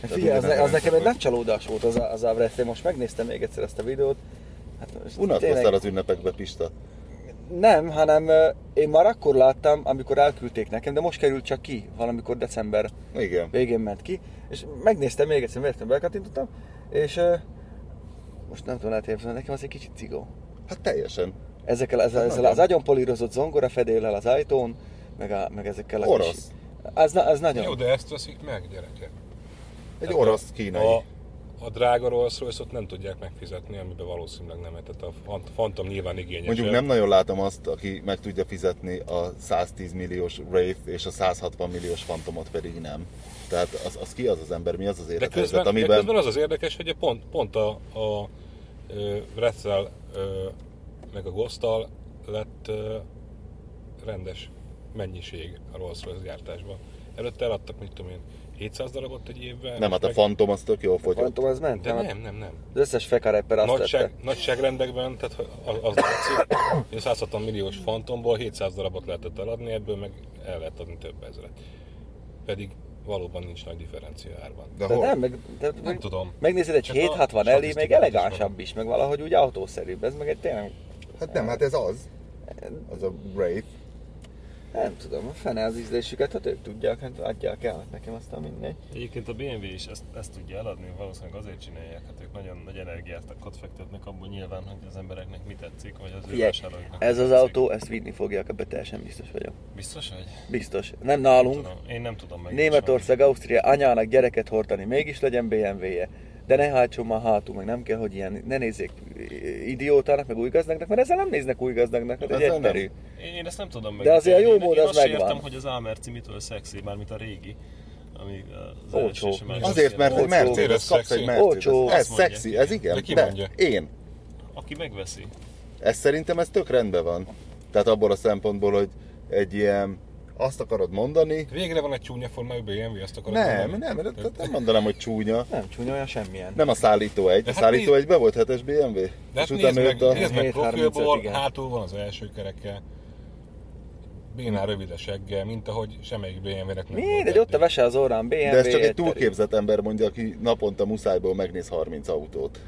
Speaker 4: Hát Figyelj, az,
Speaker 2: ugyanez
Speaker 4: az
Speaker 2: a
Speaker 4: nekem egy
Speaker 2: rendszer
Speaker 4: nagy csalódás volt az, a- az Avrest. Én most megnéztem még egyszer ezt a videót. Hát, most
Speaker 2: Unatkoztál
Speaker 4: tényleg-
Speaker 2: az ünnepekbe, Pista?
Speaker 4: Nem, hanem ö, én már akkor láttam, amikor elküldték nekem, de most került csak ki, valamikor december
Speaker 2: Igen.
Speaker 4: végén ment ki, és megnéztem még egyszer, miért nem belkattintottam, és ö, most nem tudom, lehet érteni, nekem az egy kicsit cigó.
Speaker 2: Hát teljesen.
Speaker 4: Ezekkel,
Speaker 3: Hát
Speaker 4: ezzel, ezzel az agyonpolírozott zongora fedéllel az ajtón, meg, a, meg ezekkel a
Speaker 2: Orosz.
Speaker 4: Kis, ez, na- ez nagyon.
Speaker 3: Jó, de ezt veszik meg, gyerekek.
Speaker 2: Egy orosz-kínai.
Speaker 3: Hát A, a drága Rolls royce nem tudják megfizetni, amiben valószínűleg nem. Tehát a Fant- Phantom nyilván igényesebb.
Speaker 2: Mondjuk nem nagyon látom azt, aki meg tudja fizetni a 110 milliós Wraith és a 160 milliós Phantomot pedig nem. Tehát az, az ki az az ember, mi az az
Speaker 3: De
Speaker 2: élethelyzet,
Speaker 3: közben, de
Speaker 2: amiben...
Speaker 3: közben az az érdekes, hogy pont, pont a, a Retzel meg a Ghosttal lett ö, rendes mennyiség a Rolls Royce gyártásban. Előtte eladtak, mit tudom én, 700 darabot egy évben.
Speaker 2: Nem, hát a
Speaker 3: meg-
Speaker 2: Phantom az tök jól fogyott.
Speaker 4: Phantom, ez ment?
Speaker 3: De
Speaker 4: nem? hát
Speaker 3: nem, nem, nem.
Speaker 4: Az összes fekarepper azt
Speaker 3: Nagyság,
Speaker 4: tette.
Speaker 3: nagyságrendekben, tehát ha- az, az látszik, hogy a 160 milliós fantomból 700 darabot lehetett eladni, ebből meg el lehet adni több ezret. Pedig valóban nincs nagy differencia árban.
Speaker 2: De
Speaker 4: De
Speaker 2: hol?
Speaker 4: nem, meg, de,
Speaker 3: Nem tudom.
Speaker 4: Megnézed egy
Speaker 3: Csak a
Speaker 4: 760 elé, még
Speaker 3: statisztikát is
Speaker 4: elegánsabb is, meg valahogy úgy autószerűbb. Ez meg egy tényleg,
Speaker 2: Hát nem, hát ez az. Az a Wraith.
Speaker 4: nem tudom, a fene az ízlésüket, hát ők tudják, hát adják el, hát nekem aztán mindegy.
Speaker 7: Egyébként a BMW is ezt, ezt tudja eladni, valószínűleg azért csinálják, hát ők nagyon nagy energiát ott fektetnek abból nyilván, hogy az embereknek mi tetszik, vagy az ő
Speaker 4: Figyelj,
Speaker 7: vásárlóiknak
Speaker 4: ez
Speaker 7: mi
Speaker 4: az
Speaker 7: tetszik.
Speaker 4: autó, ezt vinni fogják, ebbe teljesen biztos vagyok.
Speaker 7: Biztos, hogy?
Speaker 4: Biztos. Nem
Speaker 7: Nem
Speaker 4: nálunk,
Speaker 7: tudom, én nem tudom meg.
Speaker 4: Németország, Ausztria anyának gyereket hordani, mégis legyen BMW-je. De ne hajtson már hátul, meg nem kell, hogy ilyen, ne nézzék idiótának, meg új gazdagnak, mert ezzel nem néznek új gazdagnak, hát egy
Speaker 2: Ezzel nem.
Speaker 4: egyterű.
Speaker 7: Én, én ezt nem tudom meg.
Speaker 4: De azért a jó mód
Speaker 7: én
Speaker 4: az
Speaker 7: azt se
Speaker 4: megvan.
Speaker 7: értem, hogy az Amerci mitől szexi, mármint a régi. Ami az
Speaker 4: Olcsó.
Speaker 7: első és a második
Speaker 2: Azért, mert egy
Speaker 7: szélben.
Speaker 4: Olcsó.
Speaker 2: Mercedes, kapsz egy Mercedes.
Speaker 4: Olcsó.
Speaker 2: Ez
Speaker 7: Azt mondják,
Speaker 2: szexi,
Speaker 7: igen.
Speaker 2: ez igen.
Speaker 3: De ki mondja?
Speaker 2: De én.
Speaker 7: Aki megveszi.
Speaker 2: Ez szerintem ez tök rendben van. Tehát abból a szempontból, hogy egy ilyen, azt akarod mondani,
Speaker 3: Végre van egy csúnya formájú BMW, azt akarod
Speaker 2: nem,
Speaker 3: mondani?
Speaker 2: nem, nem, nem mondanám, hogy csúnya.
Speaker 4: Nem csúnya olyan semmilyen.
Speaker 2: Nem a szállító egy, a
Speaker 3: hát
Speaker 2: szállító
Speaker 3: nézd-
Speaker 2: egybe volt 7-es BMW.
Speaker 3: De hát
Speaker 2: és
Speaker 3: nézd
Speaker 2: utána
Speaker 3: meg,
Speaker 2: jött a...
Speaker 3: nézd meg
Speaker 4: 735,
Speaker 3: profilból,
Speaker 4: igen.
Speaker 3: hátul van az első kereke. Bénál rövid a seggel, mint ahogy semmelyik BMW-nek nem volt
Speaker 4: Mindegy, ott a
Speaker 3: eddig.
Speaker 4: vese az órán, BMW
Speaker 2: De ez csak egy
Speaker 4: egyterű.
Speaker 2: túlképzett ember mondja, aki naponta muszájból megnéz 30 autót.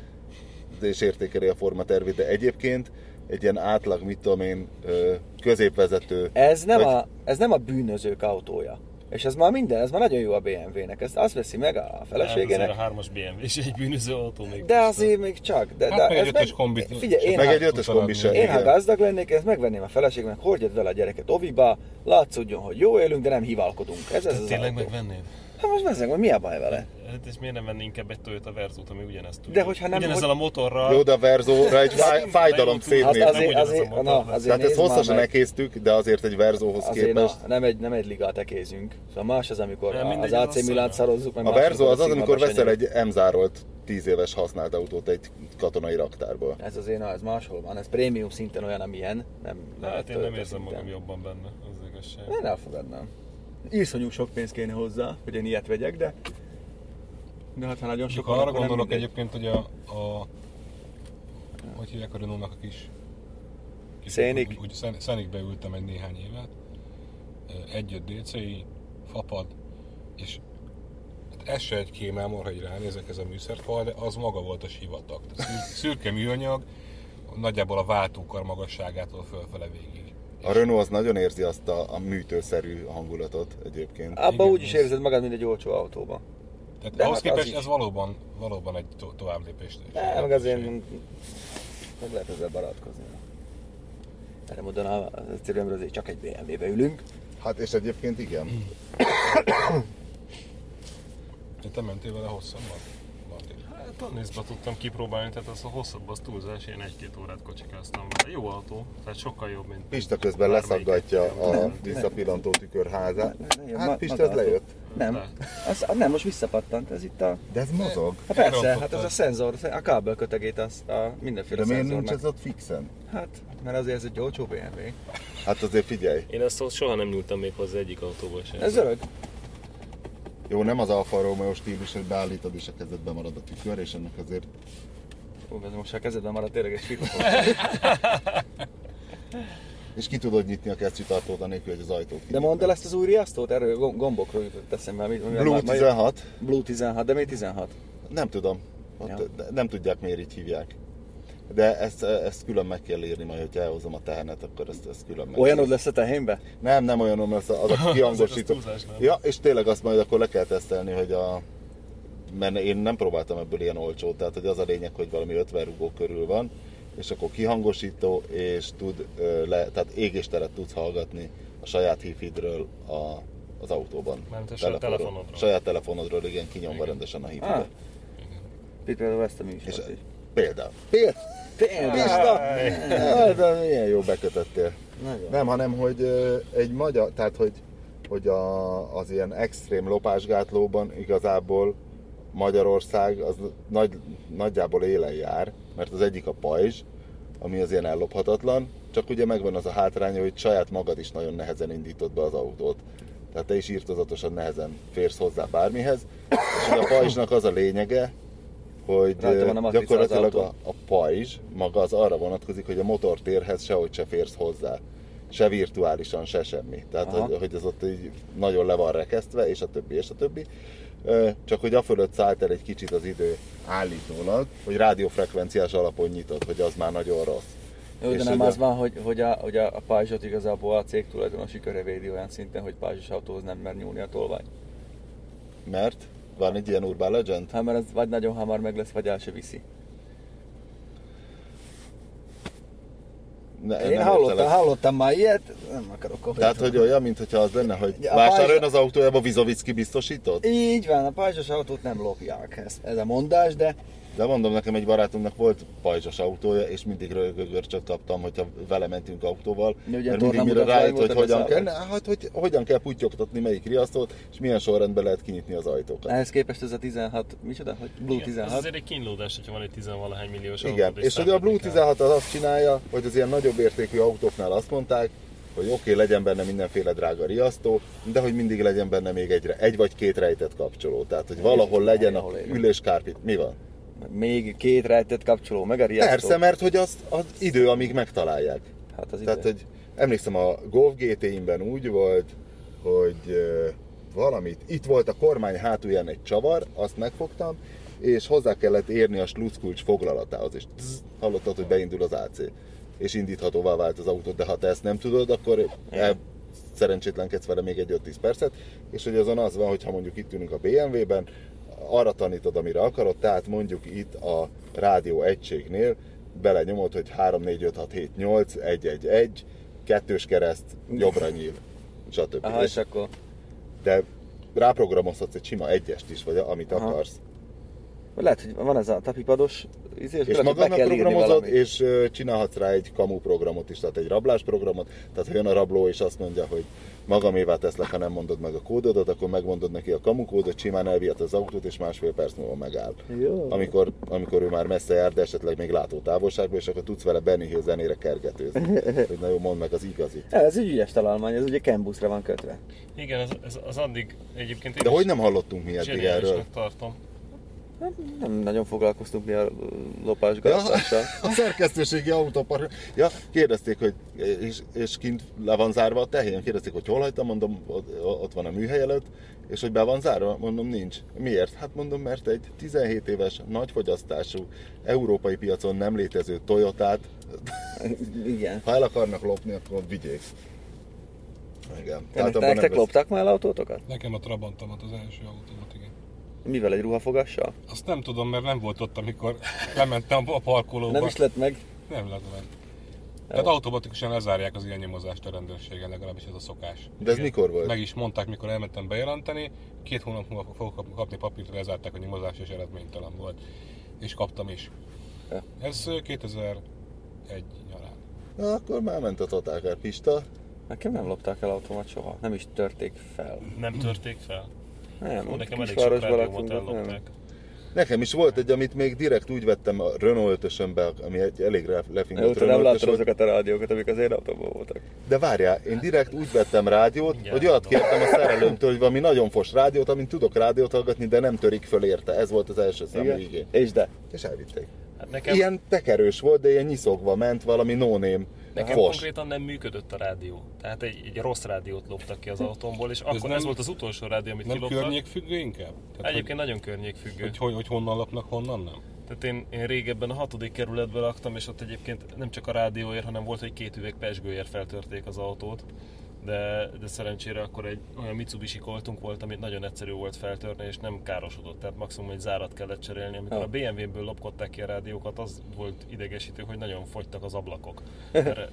Speaker 2: De És értékeli a forma tervét, de egyébként egy ilyen átlag, mit tudom én, ö, középvezető.
Speaker 4: Ez nem,
Speaker 2: vagy-
Speaker 4: a, ez nem a bűnözők autója. És ez már minden, ez már nagyon jó a BMW-nek. Ezt azt veszi meg a
Speaker 7: Hát azért a
Speaker 4: feleségének.
Speaker 7: hármas BMW és egy bűnöző autó még.
Speaker 4: De
Speaker 7: plusz.
Speaker 4: azért még csak. De,
Speaker 3: Hát
Speaker 4: de
Speaker 3: meg
Speaker 4: ez
Speaker 3: egy ötös kombit.
Speaker 4: Figyelj, én,
Speaker 2: meg
Speaker 4: ha,
Speaker 2: egy
Speaker 3: hát
Speaker 2: ötös kombi se.
Speaker 4: én hát ha
Speaker 2: igen.
Speaker 4: gazdag lennék, ezt megvenném a feleségemnek, hordjad vele a gyereket oviba, látszódjon, hogy jó élünk, de nem hivalkodunk. Ez, ez az
Speaker 7: Tényleg
Speaker 4: autó.
Speaker 7: megvenném?
Speaker 4: Hát most bezzeg, hogy mi a baj vele?
Speaker 7: Hát és miért nem venni inkább egy Toyota Verzót, ami ugyanezt tudja?
Speaker 4: De hogyha nem-
Speaker 7: Ugyanezzel a motorral...
Speaker 2: Jó, de a Verzóra egy fáj, fájdalom
Speaker 7: de jó,
Speaker 4: Az,
Speaker 2: szétnéz.
Speaker 7: nem
Speaker 4: azért,
Speaker 7: ugyanaz a
Speaker 4: azért,
Speaker 7: motor,
Speaker 4: na,
Speaker 7: de-
Speaker 4: azért
Speaker 2: Tehát ezt
Speaker 4: nézd már
Speaker 2: hosszasan
Speaker 4: meg.
Speaker 2: elkésztük, de azért egy Verzóhoz
Speaker 4: Azért
Speaker 2: képest.
Speaker 4: na, nem, egy, nem egy ligát ekézünk. Szóval más az, amikor
Speaker 7: Nem, mindegy,
Speaker 4: az
Speaker 7: az
Speaker 4: AC
Speaker 7: asszony.
Speaker 4: Milán szarozzuk. meg
Speaker 2: A
Speaker 4: más,
Speaker 2: Verzó az az,
Speaker 4: a
Speaker 2: amikor
Speaker 4: Szigma
Speaker 2: veszel
Speaker 4: versenyünk.
Speaker 2: egy M-zárolt 10 éves használt autót egy katonai raktárból.
Speaker 4: Ez azért, na, ez máshol van. Ez prémium szinten olyan, amilyen. Nem,
Speaker 7: Hát én nem
Speaker 4: töltő
Speaker 7: érzem
Speaker 4: szinten.
Speaker 7: magam jobban benne, az az igazság.
Speaker 4: Én elfogadnám. Iszonyú sok pénzt kéne hozzá, hogy én ilyet vegyek, de... De hát ha nagyon
Speaker 3: Csak
Speaker 4: sok van,
Speaker 3: arra
Speaker 4: akkor nem
Speaker 3: gondolok
Speaker 4: mindegy.
Speaker 3: egyébként, hogy a, a hogy hívják a Renault-nak a kis... kis
Speaker 4: Scenic?
Speaker 3: Úgy, úgy Scen- Scenicbe ültem egy néhány évet. Ö, Egy-öt DC-i, fapad, és hát ez se egy kémelmor, hogy ránézek ez a műszerfal, de az maga volt a sivatag. Tehát szür- szürke műanyag, nagyjából a váltókar magasságától fölfele végig.
Speaker 2: A Renault az nagyon érzi azt a, a műtőszerű hangulatot egyébként.
Speaker 4: Abba úgy is érzed magad, mint egy olcsó autóban.
Speaker 3: Tehát
Speaker 4: De
Speaker 3: ahhoz
Speaker 4: hát az
Speaker 3: képest
Speaker 4: is.
Speaker 3: ez valóban, valóban egy to- tovább lépés.
Speaker 4: De meg azért meg lehet ezzel barátkozni. Erre mondanám, az egyszerűen azért csak egy BMW-be ülünk.
Speaker 2: Hát és egyébként igen.
Speaker 3: De te mentél vele hosszabban? Martin?
Speaker 7: Hát Annészba tudtam kipróbálni, tehát az a hosszabb, az túlzás, én egy-két órát kocsikáztam vele. Jó autó, tehát sokkal jobb, mint...
Speaker 2: Pista közben leszaggatja a visszapillantó tükörházát. Hát Pista, ez lejött.
Speaker 4: Nem, az, nem, most visszapattant, ez itt a...
Speaker 2: De ez mozog.
Speaker 4: Hát persze, hát ez a szenzor, a kábelkötegét, az a mindenféle
Speaker 2: De miért
Speaker 4: szenzornak.
Speaker 2: nincs ez ott fixen?
Speaker 4: Hát, mert azért ez egy olcsó BMW.
Speaker 2: Hát azért figyelj.
Speaker 7: Én ezt soha nem nyúltam még hozzá egyik autóból sem.
Speaker 4: Ez zörög.
Speaker 2: Jó, nem az Alfa Romeo stílus, hogy beállítod és a kezedbe marad a tükör, és ennek azért
Speaker 4: Ú, ez most a kezedben maradt tényleg egy fickó.
Speaker 2: és ki tudod nyitni a kesztyűtartót anélkül, hogy az ajtót
Speaker 4: De
Speaker 2: kinyitnád.
Speaker 4: mondd el ezt az új riasztót, erről gom- gombokról jutott eszembe. mi- mivel
Speaker 2: Blue
Speaker 4: már- már-
Speaker 2: 16?
Speaker 4: Blue 16, de mi 16?
Speaker 2: Nem tudom. Ott
Speaker 4: Ja.
Speaker 2: de- Nem tudják miért így hívják. De ezt, ezt külön meg kell írni majd, hogyha elhozom a tehenet, akkor ezt, ezt külön meg
Speaker 4: Olyanod lesz a tehénbe?
Speaker 2: Nem, nem olyanom lesz az a kihangosító.
Speaker 7: túlzás, nem?
Speaker 2: ja, és tényleg azt majd akkor le kell tesztelni, hogy a mert én nem próbáltam ebből ilyen olcsót, tehát hogy az a lényeg, hogy valami 50 rugó körül van, és akkor kihangosító, és tud, ö, le, tehát égésteret tudsz hallgatni a saját hifidről a, az autóban.
Speaker 7: Mármint a saját telefonodról.
Speaker 2: Saját telefonodról, igen, kinyomva rendesen a hifidet.
Speaker 4: Ah. Itt például ezt a
Speaker 2: És
Speaker 4: műsort is.
Speaker 2: például. Például.
Speaker 4: Például?
Speaker 2: Hát, de milyen jó bekötöttél. Nem, hanem, hogy ö, egy magyar, tehát hogy, hogy a, az ilyen extrém lopásgátlóban igazából Magyarország az nagy, nagyjából élen jár, mert az egyik a pajzs, ami az ilyen ellophatatlan, csak ugye megvan az a hátránya, hogy saját magad is nagyon nehezen indítod be az autót. Tehát te is írtozatosan nehezen férsz hozzá bármihez, és ugye a pajzsnak az a lényege, hogy
Speaker 4: Rajta van a
Speaker 2: ö,
Speaker 4: matrica
Speaker 2: gyakorlatilag
Speaker 4: az
Speaker 2: a,
Speaker 4: autón.
Speaker 2: a pajzs maga az arra vonatkozik, hogy a motortérhez sehogy se férsz hozzá. Se virtuálisan, se semmi. Tehát,
Speaker 4: Aha.
Speaker 2: hogy, hogy ez ott így nagyon le van rekesztve, és a többi, és a többi. Ö, Csak hogy afölött szállt el egy kicsit az idő állítólag, hogy rádiófrekvenciás alapon nyitott, hogy az már nagyon rossz.
Speaker 4: Jó, de
Speaker 2: És
Speaker 4: nem
Speaker 2: ugye-
Speaker 4: az van, hogy, hogy a, hogy a, a pajzsot igazából a cég tulajdonosi köre védi olyan szinten, hogy pajzsos autóhoz nem mer nyúlni a tolvaj.
Speaker 2: Mert van egy ilyen urban legend?
Speaker 4: Hát mert ez vagy nagyon hamar meg lesz, vagy el se viszi.
Speaker 2: Ne,
Speaker 4: Én
Speaker 2: nem
Speaker 4: hallottam,
Speaker 2: értelek.
Speaker 4: hallottam már ilyet, nem akarok
Speaker 2: Tehát,
Speaker 4: konkrétan.
Speaker 2: hogy olyan, mintha az lenne, hogy
Speaker 4: Ja, a
Speaker 2: vásároljon
Speaker 4: pajzs-
Speaker 2: az autójába Vizovicki biztosított?
Speaker 4: Így van, a pajzsos autót nem lopják, ez, ez a mondás, de
Speaker 2: De mondom, nekem egy barátomnak volt pajzsos autója, és mindig rögögörcsöt kaptam, hogyha vele mentünk autóval.
Speaker 4: De ugye
Speaker 2: mert mindig
Speaker 4: torna
Speaker 2: mire
Speaker 4: mutatvány
Speaker 2: rájött,
Speaker 4: volt
Speaker 2: hogy
Speaker 4: ebben
Speaker 2: hogyan kell,
Speaker 4: szállva.
Speaker 2: ne, hát, hogy hogyan kell putyogtatni melyik riasztót, és milyen sorrendben lehet kinyitni az ajtókat.
Speaker 4: ehhez képest ez a 16, micsoda, hogy Blue
Speaker 7: Igen, Ez
Speaker 4: 16.
Speaker 7: azért egy kínlódás, hogyha van egy tizenvalahány milliós
Speaker 2: Igen,
Speaker 7: autód,
Speaker 2: és hogy a Blue
Speaker 7: számolni kell.
Speaker 2: 16 az azt csinálja, hogy az ilyen nagyobb értékű autóknál azt mondták, hogy oké, okay, legyen benne mindenféle drága riasztó, de hogy mindig legyen benne még egy, egy vagy két rejtett kapcsoló. Tehát, hogy valahol legyen a
Speaker 4: Mária, hol élünk.
Speaker 2: üléskárpit. Mi van?
Speaker 4: Még két rejtett kapcsoló, meg a riasztó.
Speaker 2: Persze, mert hogy az, az idő, amíg megtalálják.
Speaker 4: Hát az idő.
Speaker 2: Tehát, hogy emlékszem a Golf GT-imben úgy volt, hogy ö, valamit, itt volt a kormány hátulján egy csavar, azt megfogtam, és hozzá kellett érni a sluszkulcs foglalatához, és tsz, hallottad, hogy beindul az AC, és indíthatóvá vált az autó, de ha te ezt nem tudod, akkor el, szerencsétlenkedsz vele még egy 5-10 percet, és hogy azon az van, hogy ha mondjuk itt ülünk a BMW-ben, arra tanítod, amire akarod, tehát mondjuk itt a rádió egységnél belenyomod, hogy 3, 4, 5, 6, 7, 8, 1, 1, 1, kettős kereszt, jobbra nyíl, stb.
Speaker 4: Aha, és
Speaker 2: és
Speaker 4: akkor
Speaker 2: de ráprogramozhatsz egy sima egyest is, vagy amit
Speaker 4: Aha.
Speaker 2: akarsz.
Speaker 4: lehet, hogy van ez a tapipados izé,
Speaker 2: És
Speaker 4: lehet, hogy be
Speaker 2: magadnak
Speaker 4: kell írni
Speaker 2: programozod,
Speaker 4: valamit.
Speaker 2: és ö, csinálhatsz rá egy kamu programot is, tehát egy rablás programot. Tehát ha jön a rabló és azt mondja, hogy magamévá teszlek, ha nem mondod meg a kódodat, akkor megmondod neki a kamu kódot, simán elvihet az autót, és másfél perc múlva megáll.
Speaker 4: Jó.
Speaker 2: Amikor, amikor ő már messze jár, de esetleg még látó távolságban, és akkor tudsz vele Benny Hill zenére kergetőzni. hogy na jó, mondd meg az igazit.
Speaker 4: Ja, ez egy ügyes találmány, ez ugye Kembuszra van kötve.
Speaker 7: Igen, az, az, az addig egyébként én
Speaker 2: De
Speaker 7: is
Speaker 2: hogy nem hallottunk mi eddig
Speaker 7: zseniálisnak
Speaker 2: erről?
Speaker 7: tartom.
Speaker 4: Nem nagyon foglalkoztunk mi a lopásgáztással.
Speaker 2: A szerkesztőségi autópark. Ja, kérdezték, hogy és, és kint le van zárva a tehén. Kérdezték, hogy hol hagytam, mondom, ott, ott van a műhely előtt, és hogy be van zárva, mondom, nincs. Miért? Hát mondom, mert egy 17 éves, nagyfogyasztású, európai piacon nem létező Toyotát,
Speaker 4: Igen.
Speaker 2: ha el akarnak lopni, akkor vigyék. Igen.
Speaker 4: Tényleg,
Speaker 2: abban nem
Speaker 4: nektek
Speaker 2: vesz-
Speaker 4: lopták már el autótokat?
Speaker 3: Nekem a Trabantomat az első autómat, igen.
Speaker 4: Mivel egy ruhafogással?
Speaker 3: Azt nem tudom, mert nem volt ott, amikor lementem a parkolóba.
Speaker 4: Nem is lett meg.
Speaker 3: Nem lett meg. Tehát automatikusan lezárják az ilyen nyomozást a rendőrségen, legalábbis ez a szokás.
Speaker 2: De ez mikor volt?
Speaker 3: Meg is mondták, mikor elmentem bejelenteni, két hónap múlva fogok kap- kapni papírt, hogy lezárták a nyomozás, és eredménytelen volt. És kaptam is.
Speaker 4: Ja.
Speaker 3: Ez ö, 2001 nyarán.
Speaker 2: Na, akkor már ment a Totálkár Pista.
Speaker 4: Nekem nem lopták el autómat soha. Nem is törték fel.
Speaker 7: Nem törték fel.
Speaker 4: Nem,
Speaker 7: Ó,
Speaker 4: ott
Speaker 7: nekem elég sok
Speaker 4: kisvárosban
Speaker 7: rádiómat
Speaker 4: laktunk, ott nem.
Speaker 7: ellopták.
Speaker 2: Nekem is volt egy, amit még direkt úgy vettem a Renault ötösömbe, ami egy elég rá-
Speaker 4: Jó,
Speaker 2: lefingott
Speaker 4: te nem
Speaker 2: Renault
Speaker 4: láttad
Speaker 2: ötös volt.
Speaker 4: azokat a rádiókat, amik az én autóban voltak.
Speaker 2: De várjál, én direkt úgy vettem rádiót,
Speaker 7: Mindjárt
Speaker 2: hogy olyat
Speaker 7: mondom.
Speaker 2: kértem a szerelőmtől, hogy valami nagyon fos rádiót, amint tudok rádiót hallgatni, de nem törik föl érte. Ez volt az első számú igény.
Speaker 4: És de.
Speaker 2: És elvitték.
Speaker 7: Hát nekem,
Speaker 2: Ilyen tekerős volt, de ilyen nyiszogva ment, valami no-name
Speaker 7: nekem
Speaker 2: fos.
Speaker 7: konkrétan nem működött a rádió. Tehát egy, egy rossz rádiót loptak ki az autómból, és akkor ez,
Speaker 3: nem-
Speaker 7: volt az utolsó rádió, amit
Speaker 3: Nem
Speaker 7: kiloptak.
Speaker 3: környékfüggő inkább? Tehát,
Speaker 7: Egyébként nagyon környékfüggő.
Speaker 3: hogy, hogy, hogy honnan lapnak, honnan nem?
Speaker 7: Tehát én, én régebben a hatodik kerületben laktam, és ott egyébként nem csak a rádióért, hanem volt, hogy két üveg pesgőért feltörték az autót. De, de szerencsére akkor egy olyan Mitsubishi koltunk volt, amit nagyon egyszerű volt feltörni, és nem károsodott, tehát maximum egy zárat kellett cserélni. Amikor
Speaker 4: Ja.
Speaker 7: a BMW-ből lopkodták ki a rádiókat, az volt idegesítő, hogy nagyon fogytak az ablakok. Mert,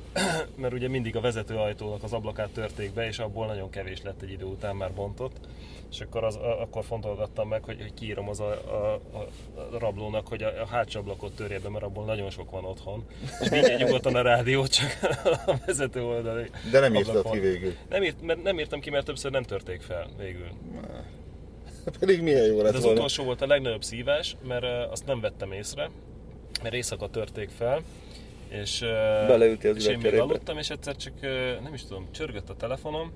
Speaker 7: mert ugye mindig a vezető ajtónak az ablakát törték be, és abból nagyon kevés lett egy idő után már bontott. És akkor, az, a- akkor fontolgattam meg, hogy, hogy kiírom az a, a, a a rablónak, hogy a, a hátsó ablakot törje be, mert abból nagyon sok van otthon. És mindjárt nyugodtan a rádió, csak a vezető oldali.
Speaker 2: De nem írtad
Speaker 7: ablakon.
Speaker 2: ki végül.
Speaker 7: Nem, írt, mert nem írtam ki, mert többször nem törték fel végül. Hát
Speaker 2: Pedig milyen jó
Speaker 7: De
Speaker 2: lett
Speaker 7: Hát az
Speaker 2: volna.
Speaker 7: utolsó volt a legnagyobb szívás, mert ö, azt nem vettem észre, mert éjszaka törték fel, és, ö,
Speaker 4: Beleültél az
Speaker 7: és én még
Speaker 4: üvegcserébe.
Speaker 7: aludtam, és egyszer csak, ö, nem is tudom, csörgött a telefonom,